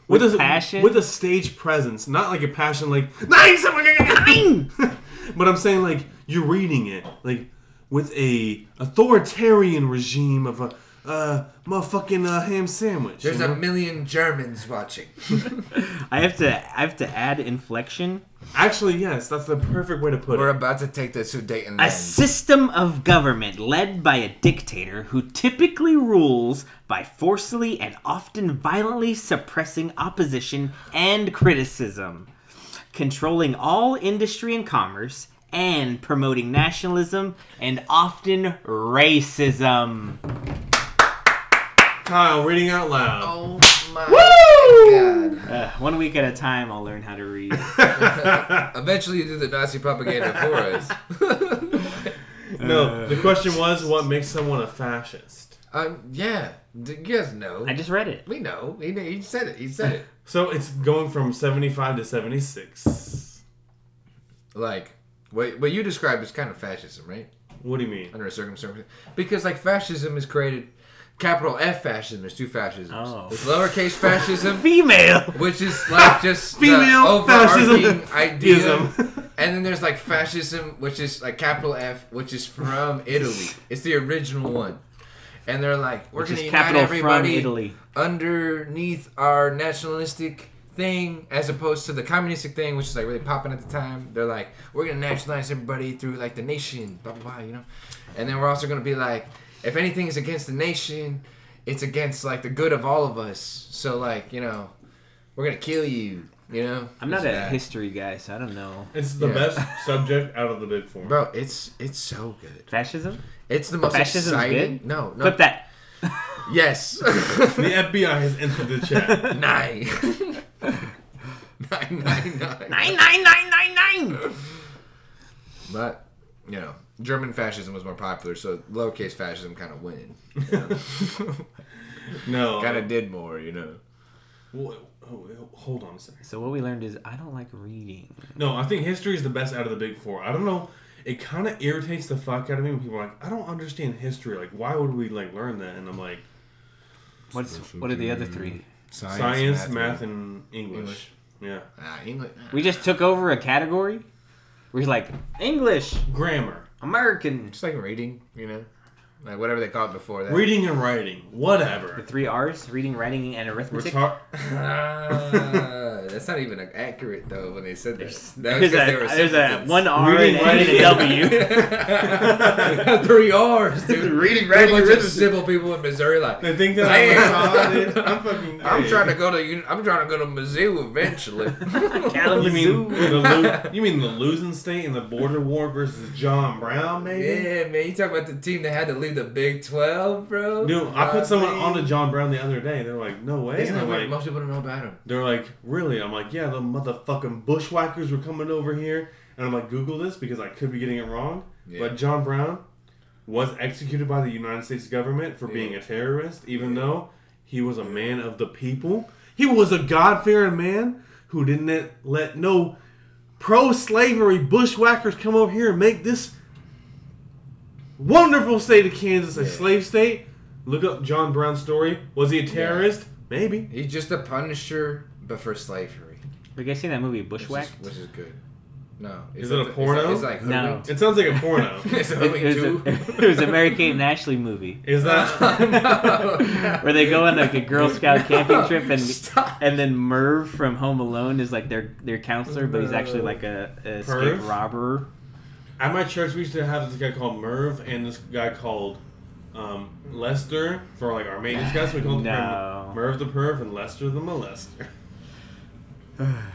S3: with, a
S1: passion?
S3: with a stage presence, not like a passion like nice. I'm gonna get-" but I'm saying like you're reading it like with a authoritarian regime of a uh, motherfucking uh, ham sandwich.
S2: There's
S3: you
S2: a
S3: know?
S2: million Germans watching.
S1: I have to I have to add inflection.
S3: Actually, yes, that's the perfect way to put
S2: We're
S3: it.
S2: about to take the
S1: A
S2: Sudeten land.
S1: system of government led by a dictator who typically rules by forcefully and often violently suppressing opposition and criticism, controlling all industry and commerce, and promoting nationalism and often racism.
S3: Kyle reading out loud.
S2: Oh my god.
S1: Uh, one week at a time, I'll learn how to read.
S2: Oh. Eventually, you do the Nazi propaganda for us.
S3: no, the question was what makes someone a fascist.
S2: um, yeah, D- you guys know.
S1: I just read it.
S2: we know. He, he said it. He said it.
S3: So it's going from 75 to 76.
S2: Like what what you described is kind of fascism, right?
S3: What do you mean?
S2: Under a circumstance, because like fascism is created. Capital F fascism. There's two fascisms.
S1: Oh.
S2: There's lowercase fascism,
S1: Female!
S2: which is like just
S3: Female
S2: the overarching
S3: fascism.
S2: idea.
S3: Ism.
S2: And then there's like fascism, which is like capital F, which is from Italy. It's the original one. And they're like, we're
S1: Which
S2: going to
S1: is
S2: unite
S1: capital from
S2: everybody
S1: Italy.
S2: underneath our nationalistic thing as opposed to the communistic thing which is like really popping at the time they're like we're gonna nationalize everybody through like the nation blah blah blah you know and then we're also gonna be like if anything is against the nation it's against like the good of all of us so like you know we're gonna kill you You know,
S1: I'm not
S2: It's
S1: a
S2: bad.
S1: history guy, so I don't know.
S3: It's the
S2: Yeah.
S3: best subject out of the big four.
S2: bro. It's it's so good.
S1: Fascism?
S2: It's the most
S1: Fascism's
S2: exciting.
S1: good?
S2: No, no.
S1: Clip that.
S2: Yes.
S3: The FBI has entered the chat.
S2: nine. nine, nine, nine.
S1: Nine nine nine nine nine.
S2: But you know, German fascism was more popular, so lowercase fascism kind of winning.
S3: No.
S2: Kind
S1: Uh,
S2: of did more, you know.
S3: Wha- oh, Hold on a second.
S1: So what we learned is I don't like reading.
S3: No, I think history is the best out of the big four. I don't know. It kind of irritates the fuck out of me when people are like, I don't understand history. Like, why would we like learn that? And I'm like,
S1: What's what are the other three?
S2: Science,
S3: science, math, and English.
S2: English.
S3: Yeah,
S2: Ah, English.
S1: We just took over a category. We're like English,
S3: grammar,
S1: American,
S2: just like reading, you know, like whatever they called before that.
S3: reading and writing,
S1: the
S3: whatever.
S1: three R's: reading, writing, and arithmetic.
S3: Retar-
S2: Ah, that's not even accurate though when they said that. that was
S1: There's
S2: 'cause they were
S1: a, there's a
S2: synthesis.
S1: one R
S3: Reading,
S1: and, an A
S3: writing.
S1: and a W.
S2: Three R's, dude. Reading, writing,
S3: Bunch of
S2: arithmetic.
S3: s-
S2: Simple people in Missouri, like
S3: they think that I'm
S2: Damn.
S3: retarded. I'm fucking.
S2: I'm
S3: gay.
S2: trying to go to uni- I'm trying to go to Mizzou eventually.
S3: You
S1: Kalamazoo.
S3: mean the lo- you mean the losing state in the border war versus John Brown, maybe?
S2: yeah, man, you talk about the team that had to leave the Big Twelve, bro.
S3: Dude, I put someone
S2: Golly.
S3: on to John Brown the other day. They're like, no way.
S2: Isn't
S3: And
S2: that
S3: I'm
S2: what
S3: like-
S2: most people don't know about him?
S3: They're like, really? I'm like, yeah, the motherfucking bushwhackers were coming over here. And I'm like, Google this because I could be getting it wrong.
S2: Yeah.
S3: But John Brown was executed by the United States government for being a terrorist, even though he was a man of the people. He was a God fearing man who didn't let- let no pro slavery bushwhackers come over here and make this wonderful state of Kansas a slave state. Look up John Brown's story. Was he a terrorist? Maybe.
S2: He's just a Punisher, but for slavery,
S1: You guys seen that movie
S2: which
S1: Bushwhack?
S2: is, which is good. No,
S3: Is it a porno?
S2: It's like
S1: No.
S2: hoodwinked.
S3: It sounds like a porno.
S2: It's
S1: It, it was
S2: hoodwinked too.
S1: a, it was a Mary Kate and Ashley movie
S3: Is that
S1: where they go on like a Girl Scout camping trip and
S2: Stop.
S1: and then Merv from Home Alone is like their their counselor, but he's actually like a, a escape
S3: Perv?
S1: robber.
S3: at my church? We used to have this guy called Merv and this guy called um, Lester for like our main guys. We called
S1: No.
S3: them Merv the perv and Lester the molester.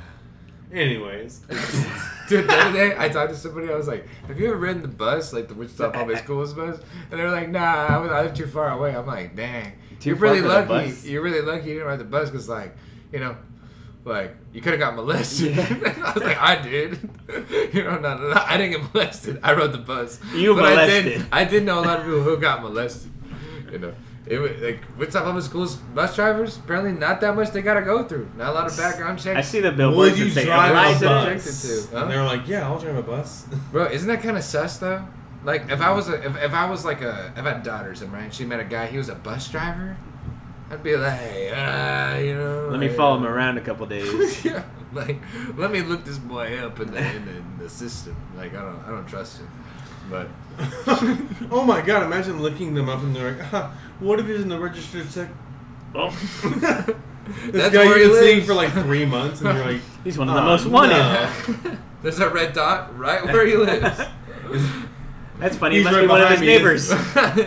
S3: Anyways,
S2: Dude, the other day I talked to somebody. I was like, "Have you ever ridden the bus, like the Wichita Public Schools bus?" And they were like, "Nah, I, was, I live too far away." I'm like, "Dang,
S1: Too
S2: you're
S1: far
S2: really
S1: for the
S2: lucky.
S1: bus?
S2: You're really lucky you didn't ride the bus because, like, you know, like you could have got molested." I was like, "I did. you know, not, not- I didn't get molested. I rode the bus.
S1: You
S2: I did,
S1: molested.
S2: I did know a lot of people who got molested. You know." It was like Wichita Public Schools bus drivers. Apparently, not that much they gotta go through. Not a lot of background checks.
S1: I see the
S3: would
S1: billboards
S3: you
S1: that say
S3: drive a
S1: "Eliza
S3: bus?
S2: objected to, huh?
S3: And they're like, yeah, I'll drive a bus.
S2: Bro, isn't that kind of sus though? Like, if I was a, if, if I was like a, if I had daughters and right, and she met a guy, he was a bus driver, I'd be like, ah, you know.
S1: Let me
S2: like,
S1: follow him around a couple days.
S2: yeah, like, let me look this boy up in the, in the, in the system. Like, I don't, I don't trust him. But
S3: oh my god! Imagine looking them up and they're like, huh, what if he's in the registered sex? Oh. this
S2: That's
S3: guy
S2: where he
S3: you've been seeing
S2: lives.
S3: for like three months, and you're like,
S1: He's one of the
S3: "Oh,
S1: most wanted.
S3: no."
S2: there's a red dot right where he lives.
S1: That's funny.
S3: He's
S1: he must
S3: right
S1: be one of his
S3: behind me,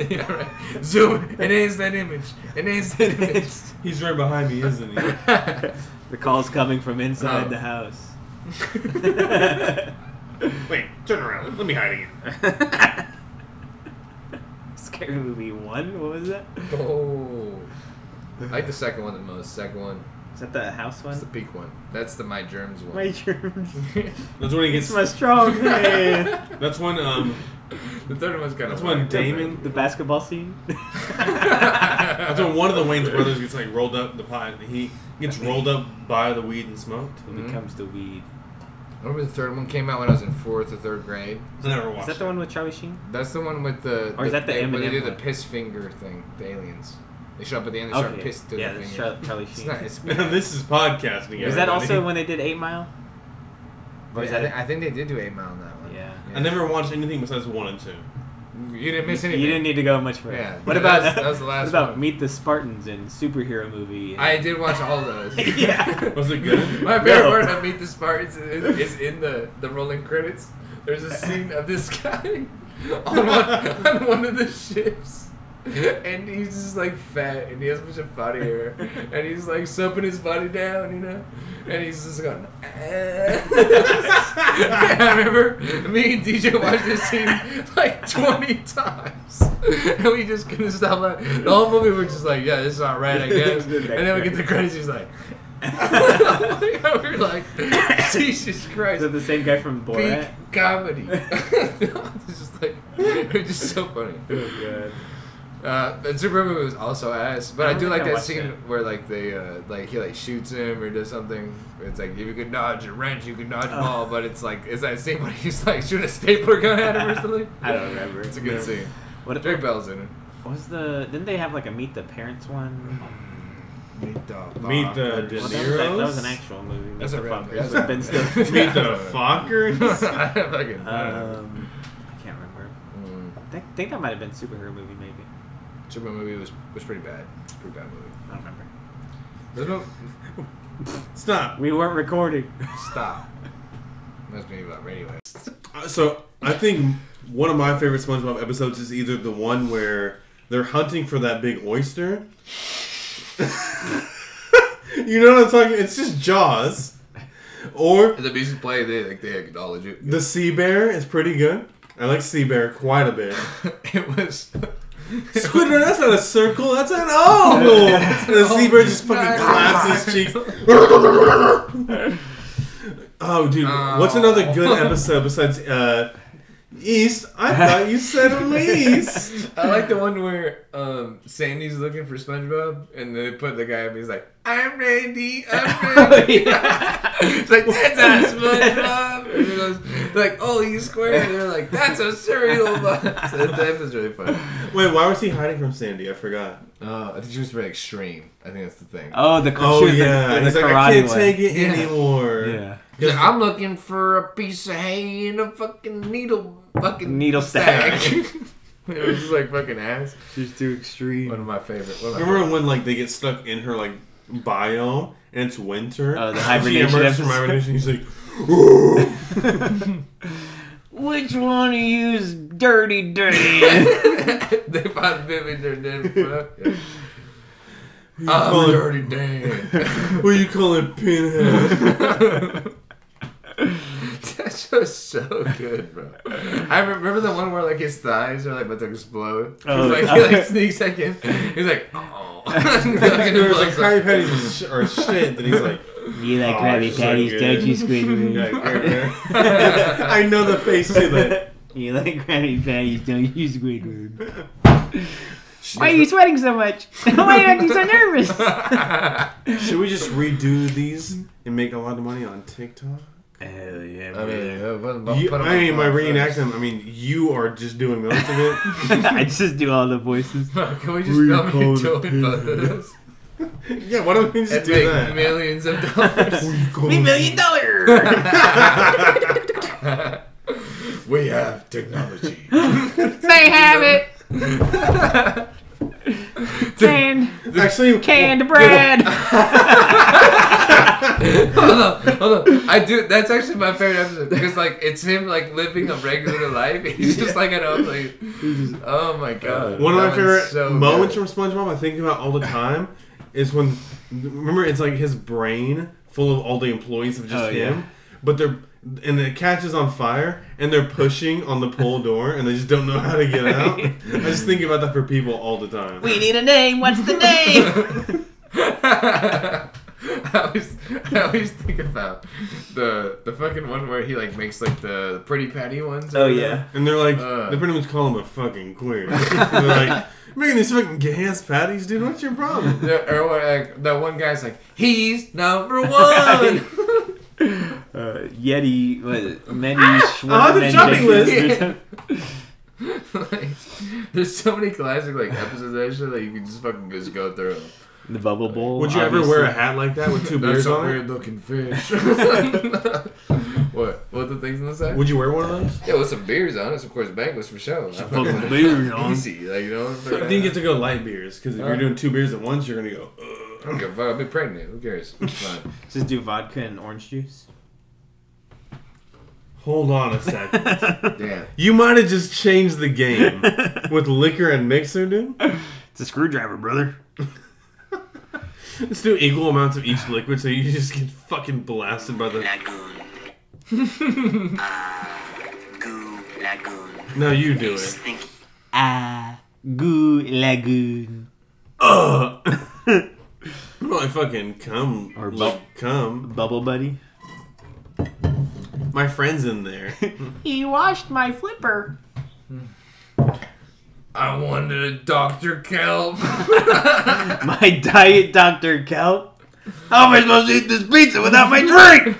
S1: neighbors.
S2: yeah, right. Zoom. It is that image. It is that image.
S3: He's right behind me, isn't he?
S1: the call's coming from inside
S2: Oh.
S1: the house.
S3: Wait, turn around. Let me hide again.
S1: Scary movie one. What was that?
S2: oh, I like the second one the most. Second one.
S1: Is that the house
S2: That's the
S1: one?
S2: peak one. That's the my germs one.
S1: My germs. Oh,
S3: That's when he gets.
S1: It's my strong hand.
S3: That's when um.
S2: The third one's kind
S3: That's
S2: of.
S3: when Damon.
S1: The basketball scene.
S3: That's when one of the Wayne's brothers gets like rolled up the pot. He gets rolled up by the weed and smoked.
S1: Becomes the weed.
S2: Remember the third one came out when I was in fourth or third grade.
S3: I never watched.
S1: Is that the one with Charlie Sheen?
S2: That's the one with the.
S1: Or is that the
S2: they, where they
S1: Eminem
S2: do the
S1: one?
S2: piss finger thing? The aliens. They show up at the end. They start
S1: Okay.
S2: piss through
S1: Yeah,
S2: the
S1: that's
S2: finger.
S1: Char- Charlie
S2: It's
S1: Sheen.
S2: not. It's bad.
S3: Now, this is podcasting.
S1: Is that
S3: everybody.
S1: also when they did Eight Mile? Or
S2: I,
S1: is that
S2: thi- I think they did do eight mile on that one.
S1: Yeah.
S3: I never watched anything besides one and two.
S2: You didn't miss
S1: You
S2: anything.
S1: didn't need to go much further.
S2: Yeah,
S1: What
S2: that
S1: about
S2: was- that was the last
S1: What about
S2: one.
S1: Meet the Spartans and superhero movie?
S2: I did watch all those.
S1: yeah.
S3: Was it good?
S2: My favorite
S1: No.
S2: part of Meet the Spartans is, is in the, the rolling credits. There's a scene of this guy on one, on one of the ships. and he's just like fat and he has a bunch of body hair and he's like sumping his body down, you know? And he's just going, "Eh." I remember me and DJ watched this scene like 20 times. And we just couldn't stop laughing. The whole movie, we're just like, yeah, this is not right, I guess. And then we get to credits, he's like, we're like, Jesus
S1: Is
S2: Christ.
S1: that the same guy from
S2: Peak
S1: Borat?
S2: comedy. it's just like, it's just so funny.
S1: Oh,
S2: Uh, and Super movie was also ass, but
S1: I
S2: I,
S1: don't
S2: do
S1: think
S2: like
S1: I
S2: that
S1: watched
S2: scene
S1: it.
S2: where like they uh, like he like shoots him or does something. It's like if you could dodge a wrench, you could dodge a
S1: Uh.
S2: ball, but it's like is that scene where he's like shoot a stapler gun at him or something?
S1: I don't remember.
S2: It's a good scene.
S1: What,
S2: Drake Bell's in it.
S1: what was the? Didn't they have like a Meet the Parents one?
S2: Meet the
S3: Meet the De
S1: Well, that, was like, that was
S3: Niro's.
S1: an actual movie. Meet
S2: That's
S1: the
S2: a real-
S1: Fuckers
S2: that's
S1: with
S2: a-
S1: Ben Stiller.
S3: Meet the Fockers.
S2: I fucking I don't know.
S1: Um, I can't remember.
S2: Mm.
S1: I think, think that might have been a superhero movie, maybe.
S2: Super movie was was pretty bad. It's a pretty bad movie.
S1: I don't remember.
S2: There's no
S3: Stop.
S1: We weren't recording.
S2: stop. That's me about radio.
S3: Uh, So I think one of my favorite SpongeBob episodes is either the one where they're hunting for that big oyster. you know what I'm talking? It's just Jaws, or
S2: The music play, they like they acknowledge it.
S3: the sea bear is pretty good. I like sea bear quite a bit.
S2: it was.
S3: Squidward, that's not a circle, that's an oval. and the sea bear just fucking claps his cheeks. oh, dude, what's another good episode besides uh, East? I thought you said least.
S2: I like the one where um, Sandy's looking for SpongeBob, and they put the guy up. He's like, "I'm Randy, I'm Randy." it's like that's not SpongeBob. And he goes, they're like, "Oh, he's square." And they're like, "That's a cereal box." so that, that was really funny.
S3: Wait, why was he hiding from Sandy? I forgot.
S2: Uh, I think she was very extreme. I think that's the thing.
S1: Oh, the
S3: Oh,
S1: she was in-
S3: yeah.
S1: in
S3: He's
S1: the
S3: like, I
S1: karate
S3: can't
S1: one.
S3: take it
S2: Yeah.
S3: anymore.
S1: Yeah.
S2: He's like, I'm looking for a piece of hay and a fucking needle, fucking
S1: Needle stack.
S2: it was just like fucking ass.
S8: She's too
S2: One
S8: extreme.
S2: of my favorite. One of my
S3: Remember when like they get stuck in her like biome and it's winter?
S1: Oh, the
S3: And she
S1: hibernation
S3: emerges from
S1: episode.
S3: hibernation. He's like,
S1: Which one of you is dirty, dirty?
S2: they found Bim in their dead bro.
S3: Well,
S2: I'm Ah, dirty Dan.
S3: what you call it, pinhead?
S2: That's just so good, bro. I remember the one where like his thighs are like about to explode.
S1: Oh,
S2: he's like, he like sneaks back in. He's like, oh.
S3: There's like Krabby Patties is sh- or shit that he's like,
S1: you like
S3: Oh,
S1: Krabby
S3: it's so
S1: Patties,
S3: good.
S1: don't you, Squidward?
S3: yeah, Krabby. I know the face too. Like,
S1: You like Krabby Patties, don't you, Squidward?
S3: sh-
S1: Why are you sweating so much? Why are you acting so nervous?
S3: should we just redo these and make a lot of money on TikTok?
S1: Hell yeah,
S2: I
S1: man.
S2: mean, uh, what- what-
S3: You,
S2: what-
S3: I mean,
S2: what-
S3: by reenacting them, I mean you are just doing most of it.
S1: I just do all the voices.
S2: Can we just
S3: Who you
S2: film
S3: calling
S2: you
S3: a
S2: doing both of
S3: pig?
S2: those?
S3: yeah, why don't we just
S2: And
S3: do
S2: make
S3: that?
S2: millions of dollars.
S1: Me million dollar.
S2: we have technology.
S1: they have it. Canned,
S3: Actually,
S1: canned bread.
S2: hold on, hold on. I do. That's actually my favorite episode because like it's him like living a regular life. He's just like an old like, oh my god.
S3: One of
S2: That one's
S3: my favorite
S2: so
S3: moments
S2: good.
S3: from SpongeBob I think about all the time is when remember it's like his brain full of all the employees of just
S1: Oh, yeah.
S3: him, but they're and the catch is on fire and they're pushing on the pole door and they just don't know how to get out. I just think about that for people all the time.
S1: We need a name. What's the name?
S2: I always, I always think about the the fucking one where he like makes like the pretty patty ones.
S1: Oh,
S2: or whatever.
S1: yeah.
S3: And they're like,
S2: Uh.
S3: they pretty much call him a fucking queer. they're like, making these fucking gay ass patties, dude. What's your problem?
S2: Yeah, Or what, like, that one guy's like, he's number one.
S1: Uh, Yeti, what, many Schwarman-
S3: the shopping
S2: list. like, there's so many classic like episodes of that shit that you can just fucking just go through. 'em.
S1: The bubble bowl.
S3: Would you ever wear a hat like that with two
S2: That's
S3: beers
S2: a
S3: on
S2: weird looking fish. what? What the things on the
S3: it?
S2: side?
S3: Would you wear one of those?
S2: yeah, with some beers on it. Of course, banquets for sure. I fucking-
S1: beer on?
S2: Easy, like you know.
S3: I
S2: Fucking,
S3: think you get to go light beers because if
S2: Uh.
S3: you're doing two beers at once, you're gonna go. Ugh.
S2: I don't give a fuck. I'll be pregnant. Who cares? It's fine.
S1: Just do vodka and orange juice.
S3: Hold on a second.
S2: Damn.
S3: you might have just changed the game with liquor and mixer, dude.
S1: It's a screwdriver, brother.
S3: Let's do equal amounts of each liquid so you just get fucking blasted by the. No, you do it.
S1: Ah, goo lagoon.
S3: Ugh. well, I fucking come
S1: Or
S3: or
S1: bu-
S3: come.
S1: Bubble buddy.
S3: My friend's in there.
S1: He washed my flipper.
S2: I wanted a Dr. Kelp.
S1: My diet Dr. Kelp. How am I supposed to eat this pizza without my drink?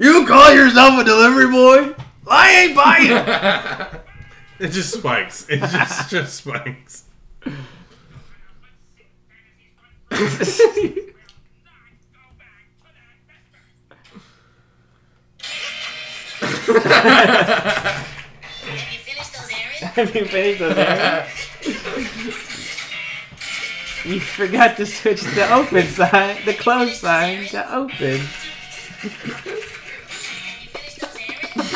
S1: you call yourself a delivery boy? I ain't buying it.
S3: It just spikes. It just just spikes.
S9: Have you finished those errands?
S1: Have you finished those errands? you forgot to switch the open sign, the close sign to open.
S9: Have you finished those errands?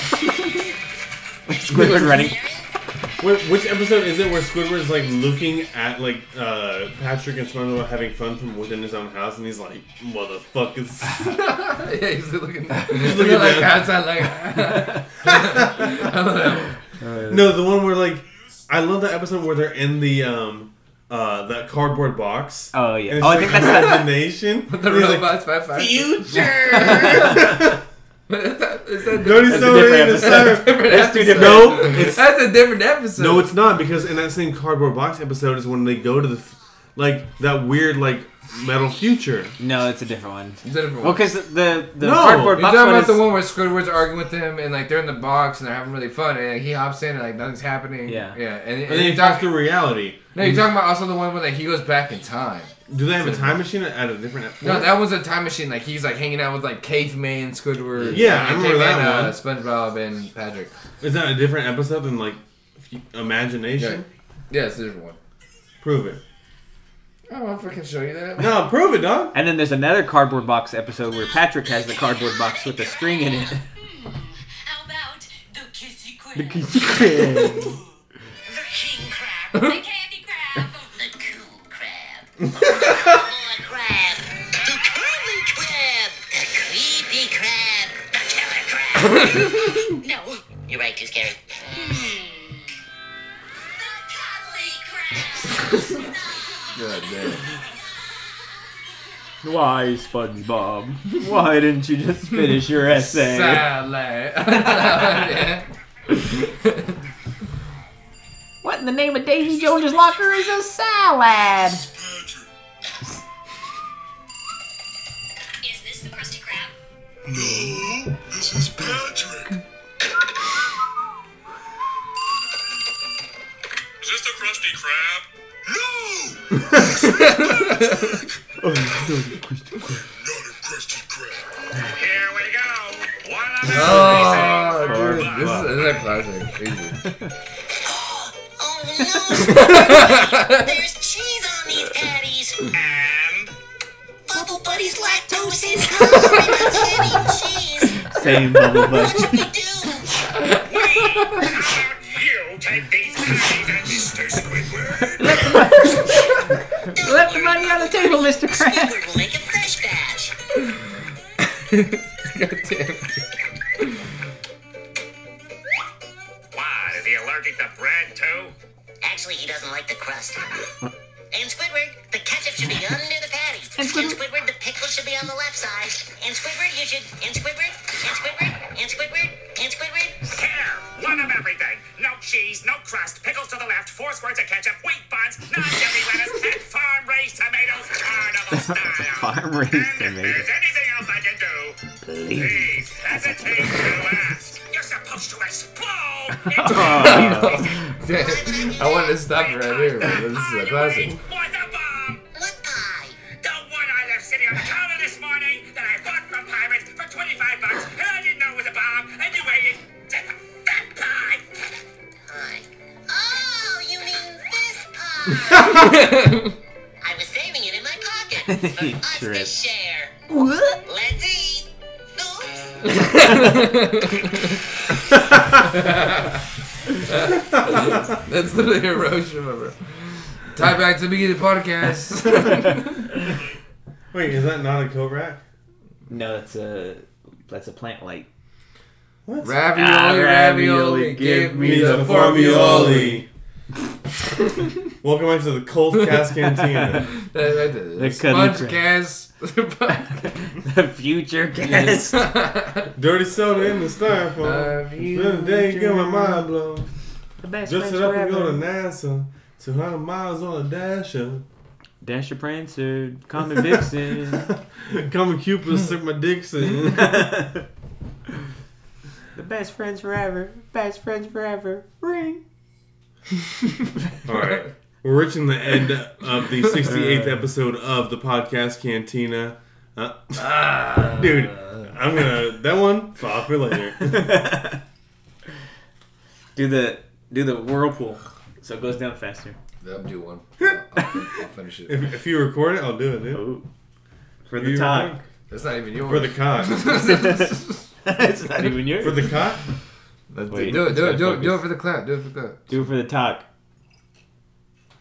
S1: Squidward running.
S3: Wait, which episode is it where Squidward is like looking at like uh, Patrick and SpongeBob having fun from within his own house, and he's like, "Motherfuckers!"
S2: yeah, he's looking.
S3: He's
S2: He's
S3: looking
S2: looking like
S3: down.
S2: outside, like. I love that one.
S3: no, the one where like I love that episode where they're in the um uh that cardboard box.
S1: Oh
S3: And
S1: yeah.
S3: it's
S1: Oh, I
S3: like
S1: think that's
S3: the nation.
S2: The
S3: He's like,
S2: robots by fire. Is that
S3: Don't you
S1: That's a
S3: sound
S1: different
S3: ready to
S1: episode.
S3: serve?
S2: different
S1: That's two
S2: episode?
S1: different-
S3: No, it's
S2: That's a different episode.
S3: no, it's not because in that same cardboard box episode is when they go to the f- like that weird like metal future.
S1: No, it's a different one.
S2: It's a different
S1: Well,
S2: one.
S1: because the the
S3: No,
S1: cardboard
S2: You're
S1: box
S2: talking
S1: one
S2: about
S1: is,
S2: the one where Squidward's arguing with him, and like they're in the box and they're having really fun, and like, he hops in and like nothing's happening.
S1: Yeah.
S2: yeah. And, and,
S3: And then
S2: you're
S3: you talk
S2: talking,
S3: through reality.
S2: no, you're talking about also the one where like he goes back in time.
S3: Do they have a time machine at a different? Ep-
S2: No, that one's a time machine. Like he's like hanging out with like caveman Squidward.
S3: Yeah,
S2: and
S3: I remember
S2: caveman,
S3: that
S2: Uh, SpongeBob and Patrick.
S3: is that a different episode than like f- imagination?
S2: Yeah. Yeah, it's a different one.
S3: Prove it.
S2: I don't fucking show you that.
S3: No, prove it, dog.
S1: and then there's another cardboard box episode where Patrick has the cardboard box with a string in it.
S9: How about the kissy crab? The, king crab. the candy crab. The cool crab. the corn crab. The curly crab. The creepy crab. The killer crab. no, you're right, too scary.
S4: The cuddly crab.
S2: God damn.
S1: Why, SpongeBob? Why didn't you just finish your essay?
S2: Salad. yeah.
S1: What in the name of Daisy Jones's locker is a salad?
S9: Is this the crusty crab?
S10: No, this is Patrick. Is this the Krusty Krab? No! Not a Krusty Krab. Here we go. One of
S2: Oh, dude, this is another classic. Easy.
S9: Oh no! There's cheese on these patties.
S10: And
S9: Bubble Buddy's lactose intolerant. I can't eat cheese.
S1: Same bubble butt.
S9: What should we do?
S10: how about you take these patties and Mr. Squidward?
S1: Left the money on the table, Mr. Krabs.
S9: Squidward will make a fresh batch.
S2: God damn.
S10: Why, is he allergic to bread too?
S9: Actually, he doesn't like the crust. And Squidward, the ketchup should be under the patty. And Squidward, the pickle should be on the left side. And Squidward, you should. And Squidward, and Squidward, and Squidward, and Squidward.
S10: Care, one of everything. No cheese, no crust, pickles to the left, four squirts of ketchup, wheat buns, non-deli lettuce, and farm-raised tomatoes, carnival style.
S1: Farm-raised
S10: and if
S1: tomatoes.
S10: there's anything else I can do, please hesitate to ask. You're supposed to explode. It's
S2: Damn. I wanted to stop right here, but this is a
S10: Was
S2: classic.
S10: a bomb.
S9: What pie?
S10: The one I left sitting on the counter this morning that I bought from pirates for 25 bucks, and I didn't know it was a bomb. Anyway, it's just a fat pie.
S9: Pie. Oh, you mean this pie? I was saving it in my pocket for us
S1: Trip.
S9: to share. Let's eat. Oops.
S2: That's literally Hiroshima, bro. Tie back to the beginning of the podcast.
S3: Wait, is that not a Korak?
S1: No, that's a that's a plant light.
S3: What?
S2: ravioli,
S1: Ah,
S2: ravioli, give me the formioli.
S3: formioli. Welcome back to the Cold Cast Cantina.
S2: That- that- that-
S1: The
S2: Sponge
S1: cut-
S2: gas.
S1: the future guest.
S3: Dirty soda in the styrofoam.
S2: Love
S3: Then day you get my mind
S2: you.
S3: blown.
S1: the best
S3: Dress it up and go to NASA. 200 miles on a dasher.
S1: Dasher Prancer, Common Vixen,
S3: Come and Cupid stick my dicks in.
S1: the best friends forever, best friends forever, ring.
S3: Alright. We're reaching the end of the 68th episode of the podcast Cantina. Uh,
S1: Ah.
S3: dude, I'm gonna. That one, fuck for later.
S1: Do the do the whirlpool, so it goes down faster.
S2: I'll do one. I'll, I'll finish it.
S3: If, if you record it, I'll do it, dude.
S1: Oh, for
S3: You
S1: the talk.
S3: record?
S2: That's not even
S3: For
S2: yours.
S3: the cock.
S1: it's not even yours.
S3: For the cock?
S2: Let's
S1: Wait,
S2: do it. Do
S1: gotta
S2: it. Do it. Do it
S1: focus.
S2: for the cloud. Do it for the cloud.
S1: Do it for the talk.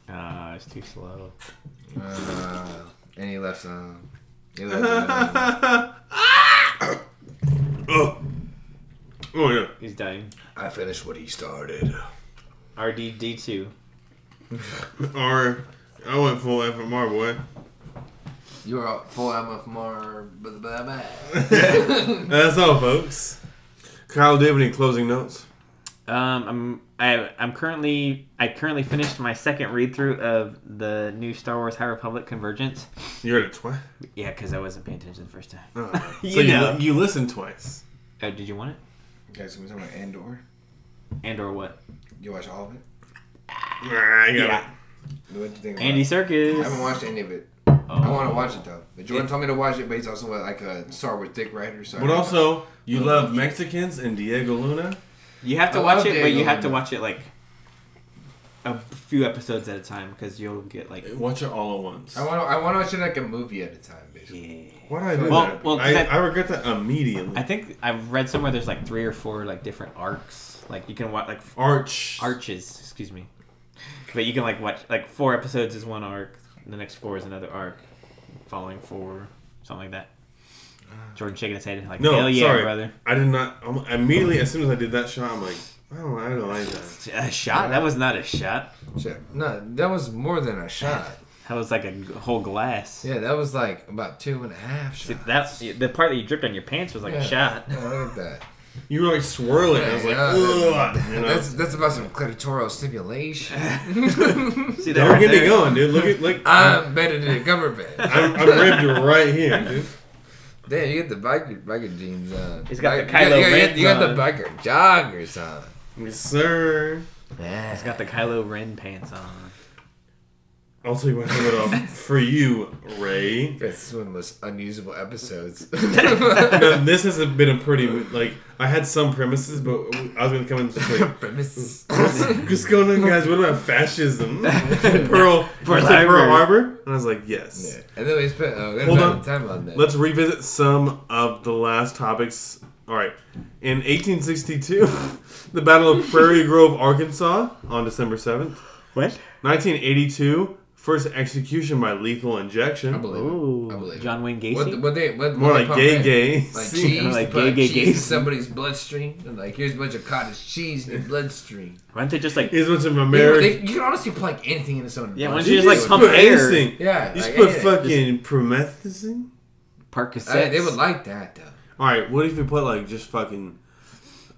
S1: Ah, it's too slow.
S2: Uh, any left on? Any left uh, on?
S3: Oh. Oh, yeah.
S1: He's dying.
S2: I finished what he started.
S1: RDD two.
S3: Or I went full FMR, boy.
S2: You are full MFMR. Blah, blah, blah.
S3: That's all, folks. Kyle, do you have any closing notes?
S1: Um, I'm I, I'm currently I currently finished my second read through of the new Star Wars High Republic Convergence.
S3: You heard it twice.
S1: Yeah, because I wasn't paying attention the first time.
S3: Oh.
S1: You
S3: so you,
S1: know.
S3: li- you listen twice.
S1: Oh, did you want it?
S2: Guys, can we talk about Andor?
S1: And or what?
S2: You watch all of it?
S3: Nah, I got it.
S2: What do you think about
S1: Andy
S2: it? I
S1: Circus.
S2: haven't watched any of it.
S1: Oh.
S2: I want to watch it though. But Jordan told me to watch it, but he's also like a Star Wars dick writer. So
S3: But also, you love Mexicans and Diego Luna.
S1: You have to
S2: I
S1: watch
S2: love
S1: it, but
S2: Diego
S1: you have to
S2: Luna.
S1: watch it like a few episodes at a time because you'll get like
S3: Watch it all at once.
S2: I want to. I want to watch it like a movie at a time, basically.
S1: yeah.
S3: Why did I do
S1: Well-
S3: that?
S1: well, 'cause
S3: I,
S1: that-
S3: I regret that immediately.
S1: I think I've read somewhere there's like three or four like different arcs. Like you can watch like
S3: Arch.
S1: arches, excuse me. But you can like watch like four episodes is one arc, the next four is another arc, following four, something like that. Jordan shaking his head like,
S3: No,
S1: hell yeah,
S3: sorry.
S1: brother.
S3: I did not. um, Immediately, as soon as I did that shot, I'm like, I don't, I don't like that.
S1: A shot? That was not a shot.
S2: Shit. No, that was more than a shot.
S1: That was like a g- whole glass.
S2: Yeah, that was like about two and a half
S1: See,
S2: shots.
S1: That's the part that you dripped on your pants was like
S2: Yeah.
S1: a shot.
S2: Yeah, look at that.
S3: You were like swirling. I was like,
S2: Yeah,
S3: ugh.
S2: that-
S3: you know?
S2: that's that's about some clitoral stimulation.
S1: See that?
S3: Don't
S1: right
S3: get me
S1: there?
S3: going, dude. Look at look.
S2: I'm Benedict Cumberbatch.
S3: I'm, I'm ribbed right here, dude.
S2: Damn, you got the biker biker jeans on.
S1: He's got the
S2: Biker-
S1: Kylo
S2: you got- you got-
S1: Ren's
S2: You got the
S1: on.
S2: biker joggers on.
S3: Yes, sir.
S1: He's got the Kylo Ren pants on.
S3: I'll take my helmet off for you, Ray.
S2: This is one of the most unusable episodes.
S3: No, this has been a pretty like I had some premises, but I was gonna come in just like
S2: Premise.
S3: What's going on, guys? What about fascism? Pearl, Pearl, Pearl Harbor? And I was like, yes.
S2: Yeah. And then we spent uh, we Hold
S3: Hold on.
S2: on. time on that.
S3: Let's revisit some of the last topics. All right. In 1862, the Battle of Prairie Grove, Arkansas, on December 7th.
S1: What?
S3: 1982, first execution by lethal injection.
S2: I believe it. I
S1: Ooh,
S2: believe
S1: John Wayne
S2: it.
S1: Gacy.
S2: What, what they, what,
S3: More
S2: what they
S3: like
S2: pump
S3: gay
S2: in?
S3: gay.
S2: Like
S3: See?
S2: cheese,
S1: Like
S2: like
S1: gay, gay,
S2: cheese
S1: gay.
S2: in somebody's bloodstream. And like, here's a bunch of cottage cheese in your bloodstream.
S1: Why don't they just like?
S3: Here's a bunch of
S2: You, know,
S3: American.
S2: they, you can honestly plug anything in its own.
S1: Yeah, why
S2: blood.
S1: don't you just like
S3: just
S1: pump
S3: put
S1: air?
S3: anything.
S2: Yeah,
S3: You just
S2: like,
S3: put
S2: yeah.
S3: fucking promethazine?
S1: Park
S2: I,
S1: cassettes.
S2: they would like that though.
S3: Alright, what if you put like just fucking.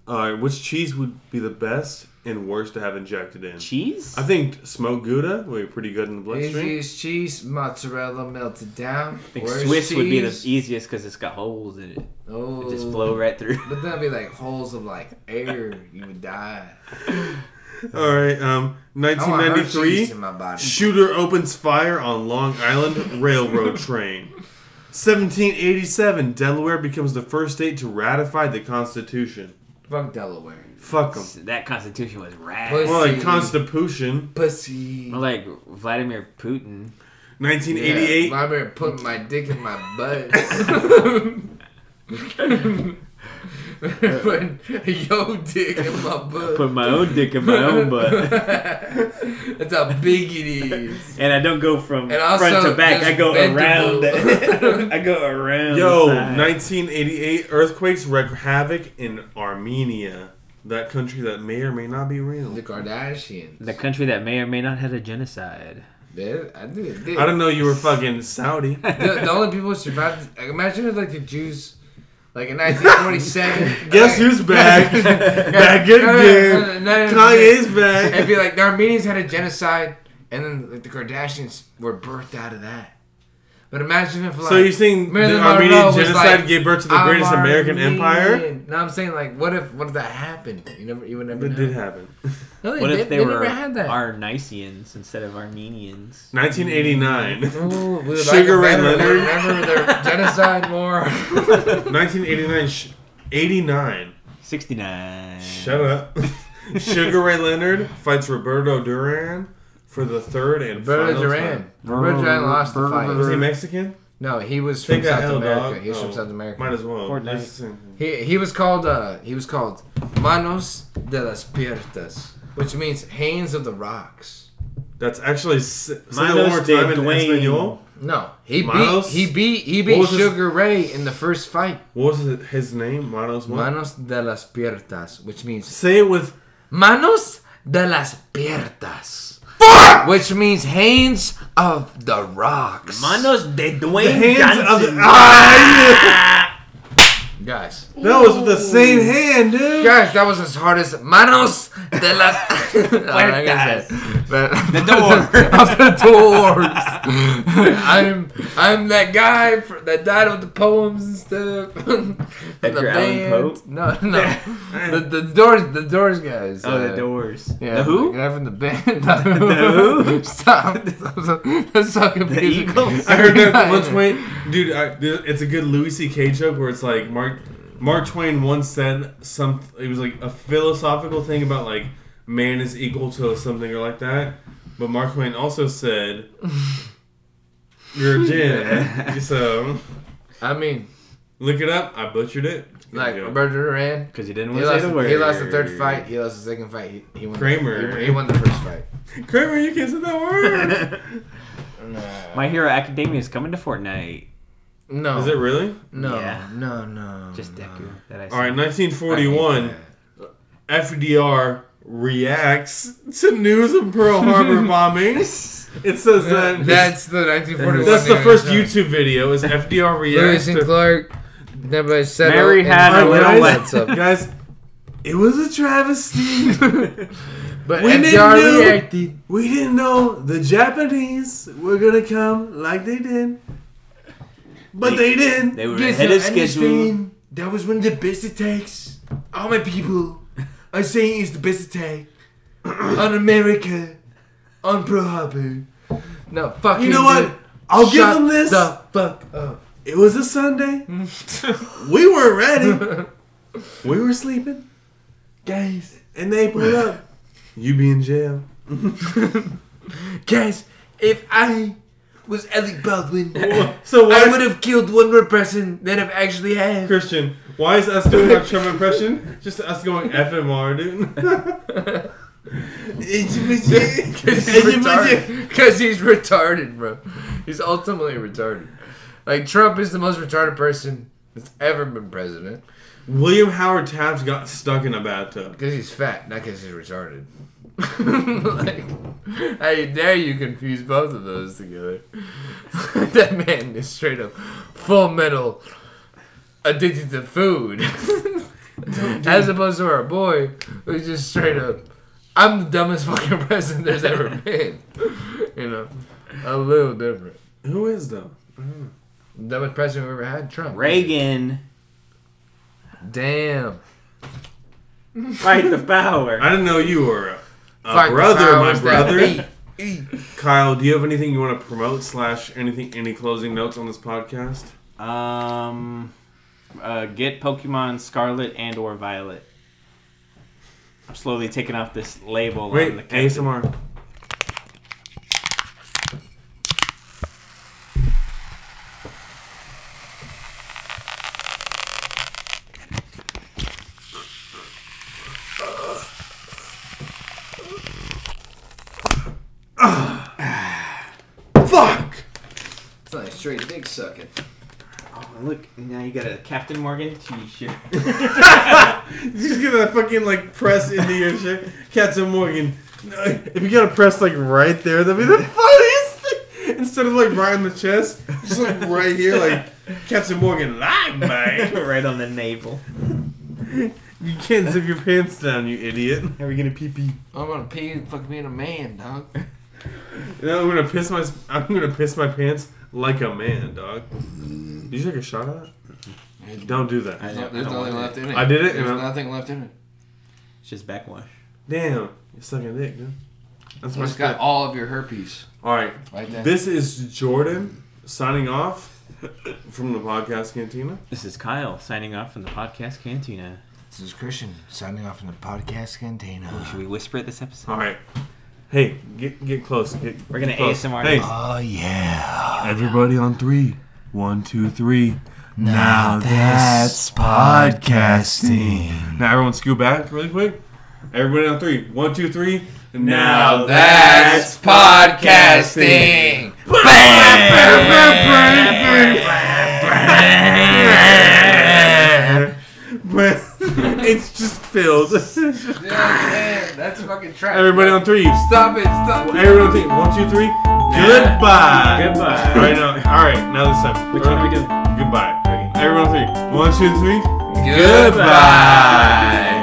S3: Alright, which cheese would be the best and worst to have injected in?
S1: cheese.
S3: I think smoked Gouda would be pretty good in the bloodstream.
S2: Easiest cheese, mozzarella melted down.
S1: I think Swiss would be the easiest because it's got holes in it.
S2: oh,
S1: It just flow right through.
S2: But that'd be like holes of like air. You would die.
S3: Alright, um,
S2: I want her cheese
S3: 1993.
S2: in my body.
S3: Shooter opens fire on Long Island Railroad train. 1787, Delaware becomes the first state to ratify the Constitution.
S2: Fuck Delaware.
S3: Fuck them.
S1: that constitution was rad.
S2: Pussy.
S3: Well, like Constitution.
S2: Pussy.
S1: More like Vladimir Putin.
S3: 1988,
S2: Yeah, I remember putting my dick in my butt. putting yo dick in my butt.
S1: Put my own dick in my own butt.
S2: That's how big it is.
S1: And I don't go from
S2: And also
S1: front to back.
S2: just
S1: I go around.
S2: bendable.
S1: I go around.
S3: Yo,
S1: the side.
S3: 1988 earthquakes wreak havoc in Armenia, that country that may or may not be real.
S2: The Kardashians.
S1: the country that may or may not have a genocide.
S2: They- I did. did.
S3: I don't know. You were fucking Saudi.
S2: The, the only people who survived. like, Imagine if like the Jews, like in 1947.
S3: Guess who's back? back again. Kanye's
S2: It'd
S3: back.
S2: be like the Armenians had a genocide, and then like, the Kardashians were birthed out of that. But imagine if like
S3: So you're saying the
S2: Marilyn
S3: Armenian
S2: Monroe was
S3: genocide
S2: like,
S3: gave birth to the
S2: "I'm
S3: greatest American
S2: Armenian."
S3: empire?
S2: No, I'm saying like, what if what if that happened? You never, you would never.
S3: It
S2: know.
S3: did happen.
S2: No, they,
S1: What
S2: did,
S1: if they,
S2: they
S1: were
S2: never had that.
S1: Arnicians instead of Armenians?
S3: 1989.
S2: Ooh, we would
S3: Sugar
S2: like
S3: Ray
S2: them better.
S3: Leonard.
S2: Remember their genocide more.
S3: 1989. sh- 89.
S1: 69.
S3: Shut up. Sugar Ray Leonard fights Roberto Duran for the third and
S2: Roberto
S3: final
S2: Duran.
S3: time.
S2: Roberto Duran lost the
S3: Was he
S2: fight.
S3: Mexican?
S2: No, he was from
S3: Take that
S2: South
S3: hell,
S2: America.
S3: dog.
S2: He was
S3: Oh,
S2: from South America.
S3: Might as well.
S1: Fortnite.
S3: That's-
S2: He he was called uh he was called Manos de las Piertas, which means hands of the rocks.
S3: That's actually s- say that
S1: Manos
S3: one more
S1: de
S3: time in
S1: Duane.
S3: Espanol.
S2: No, he
S3: Manos?
S2: beat he beat he
S3: What
S2: beat
S3: was his-
S2: Sugar Ray in the first fight.
S3: What was it- his name? Manos. what?
S2: Manos de las Piertas, which means
S3: Say it with
S2: Manos de las Piertas. Which means hands of the rocks.
S1: Manos de Dwayne
S3: hands of the.
S1: Johnson.
S3: Ah,
S2: Guys.
S3: yeah. That was with the same hand, dude.
S2: Guys, that was as hard as Manos de las Puertas. the
S1: door.
S2: of the doors. I'm I'm that guy for, that died with the poems and stuff. and
S1: Edgar Allan Poe?
S2: No, no. the, the doors, the doors guys.
S1: Oh, the
S2: uh,
S1: doors.
S2: Yeah,
S1: the who?
S2: The guy from the band.
S1: who?
S2: Stop. That's so confusing.
S1: Eagles?
S3: I heard that at one point, dude. I, dude, it's a good Louis C.K. joke where it's like Mark Mark Twain once said some. It was like a philosophical thing about like man is equal to something or like that. But Mark Twain also said, "You're a gin." so
S2: I mean,
S3: look it up. I butchered it. Good
S2: like
S3: job.
S2: Roberto Duran.
S1: Because you didn't
S2: He
S1: want to
S2: lost,
S1: say the
S2: the,
S1: word.
S2: he lost the third fight. He lost the second fight. He, he won. the-
S3: Kramer.
S2: he, he won the first fight.
S3: Kramer, you can't say that word.
S1: My Hero Academia is coming to Fortnite.
S2: No.
S3: is it really?
S2: No.
S1: Yeah.
S2: No. No.
S1: Just Deku. That I
S3: All right,
S1: said.
S3: 1941. FDR reacts to news of Pearl Harbor bombings. It says that
S2: That's the 1941.
S3: That's the
S2: thing.
S3: first YouTube video. Is FDR
S2: Lewis
S3: reacts
S2: and
S3: to
S2: Clark. Never said.
S1: Mary had a little
S3: Alright, guys,
S1: wet.
S3: guys? It was a travesty.
S2: But
S3: We didn't
S2: FDR
S3: know.
S2: reacted.
S3: we didn't know the Japanese were gonna come like they did, but they didn't.
S1: They were ahead of schedule.
S2: That was one of the best attacks. All my people are saying it's the best attack on America, on Pearl Harbor. No, fuck
S3: You know what? I'll give them this.
S2: The Hmm. fuck up.
S3: It was a Sunday. we weren't ready. We were sleeping,
S2: Guys,
S3: and they pulled up. You be in jail.
S2: guys, if I was Alec Baldwin,
S3: So why,
S2: I would have killed one more person than I've actually had.
S3: Christian? Why is us doing our Trump impression? Just us going FMR,
S2: Because he's, retarded. 'Cause he's retarded, bro. He's ultimately retarded. Like, Trump is the most retarded person that's ever been president.
S3: William Howard Taft got stuck in a bathtub.
S2: Because he's fat, not because he's retarded. like, how you dare you confuse both of those together? that man is straight up full metal addicted to food. As opposed to our boy, who's just straight up, I'm the dumbest fucking person there's ever been. You know, a little different.
S3: Who is though?
S2: Dumbest president we've ever had, Trump.
S1: Reagan.
S2: Damn.
S1: Fight the power.
S3: I didn't know you were a, a
S2: Fuck the
S3: brother, my
S2: powers that
S3: brother.
S2: be.
S3: Kyle, do you have anything you want to promote slash anything? Any closing notes on this podcast?
S1: Um, uh, get Pokemon Scarlet and or Violet. I'm slowly taking off this label
S3: Wait,
S1: on the cap-
S3: ASMR. Fuck!
S2: It's not like straight dick sucking.
S1: Oh, look, now you got a Captain Morgan t-shirt.
S3: You just get that fucking like press into your shit. Captain Morgan. If you gotta press like right there, that'd be the funniest thing. Instead of like right on the chest, just like right here, like Captain Morgan live bang.
S1: right on the navel.
S3: You can't zip your pants down, you idiot.
S5: How are we gonna pee pee?
S2: I'm gonna pee and fuck being a man, dog.
S3: You know, I'm gonna piss my I'm gonna piss my pants like a man, dog. Did you take a shot at it? Don't do that.
S2: There's, no- there's nothing left in it.
S3: I did it,
S2: There's
S3: and I-
S2: nothing left in it.
S1: It's just backwash.
S3: Damn, you're sucking dick, dude. That's my
S2: It's got
S3: spot.
S2: all of your herpes
S3: All right,
S2: right there.
S3: this is Jordan signing off from the podcast cantina.
S1: This is Kyle signing off from the podcast cantina.
S2: This is Christian signing off in the podcast cantina.
S1: Should we whisper it this episode?
S3: All right. Hey, get get close. Get,
S1: We're gonna
S3: get close.
S1: ASMR
S3: Hey,
S2: Oh yeah.
S3: everybody on three. One, two, three. Now,
S2: that's podcasting.
S3: Now everyone scoot back really quick. Everybody on three. One, two, three. Now
S2: That's podcasting.
S3: it's just filled.
S2: that's fucking trash.
S3: Everybody on three.
S2: Stop it, stop it.
S3: Everyone on three. One, two, three. Goodbye.
S1: Goodbye.
S3: All right now. All right now. This time.
S1: Which one are we doing?
S3: Goodbye. Everyone on three. One, two, three.
S2: Goodbye.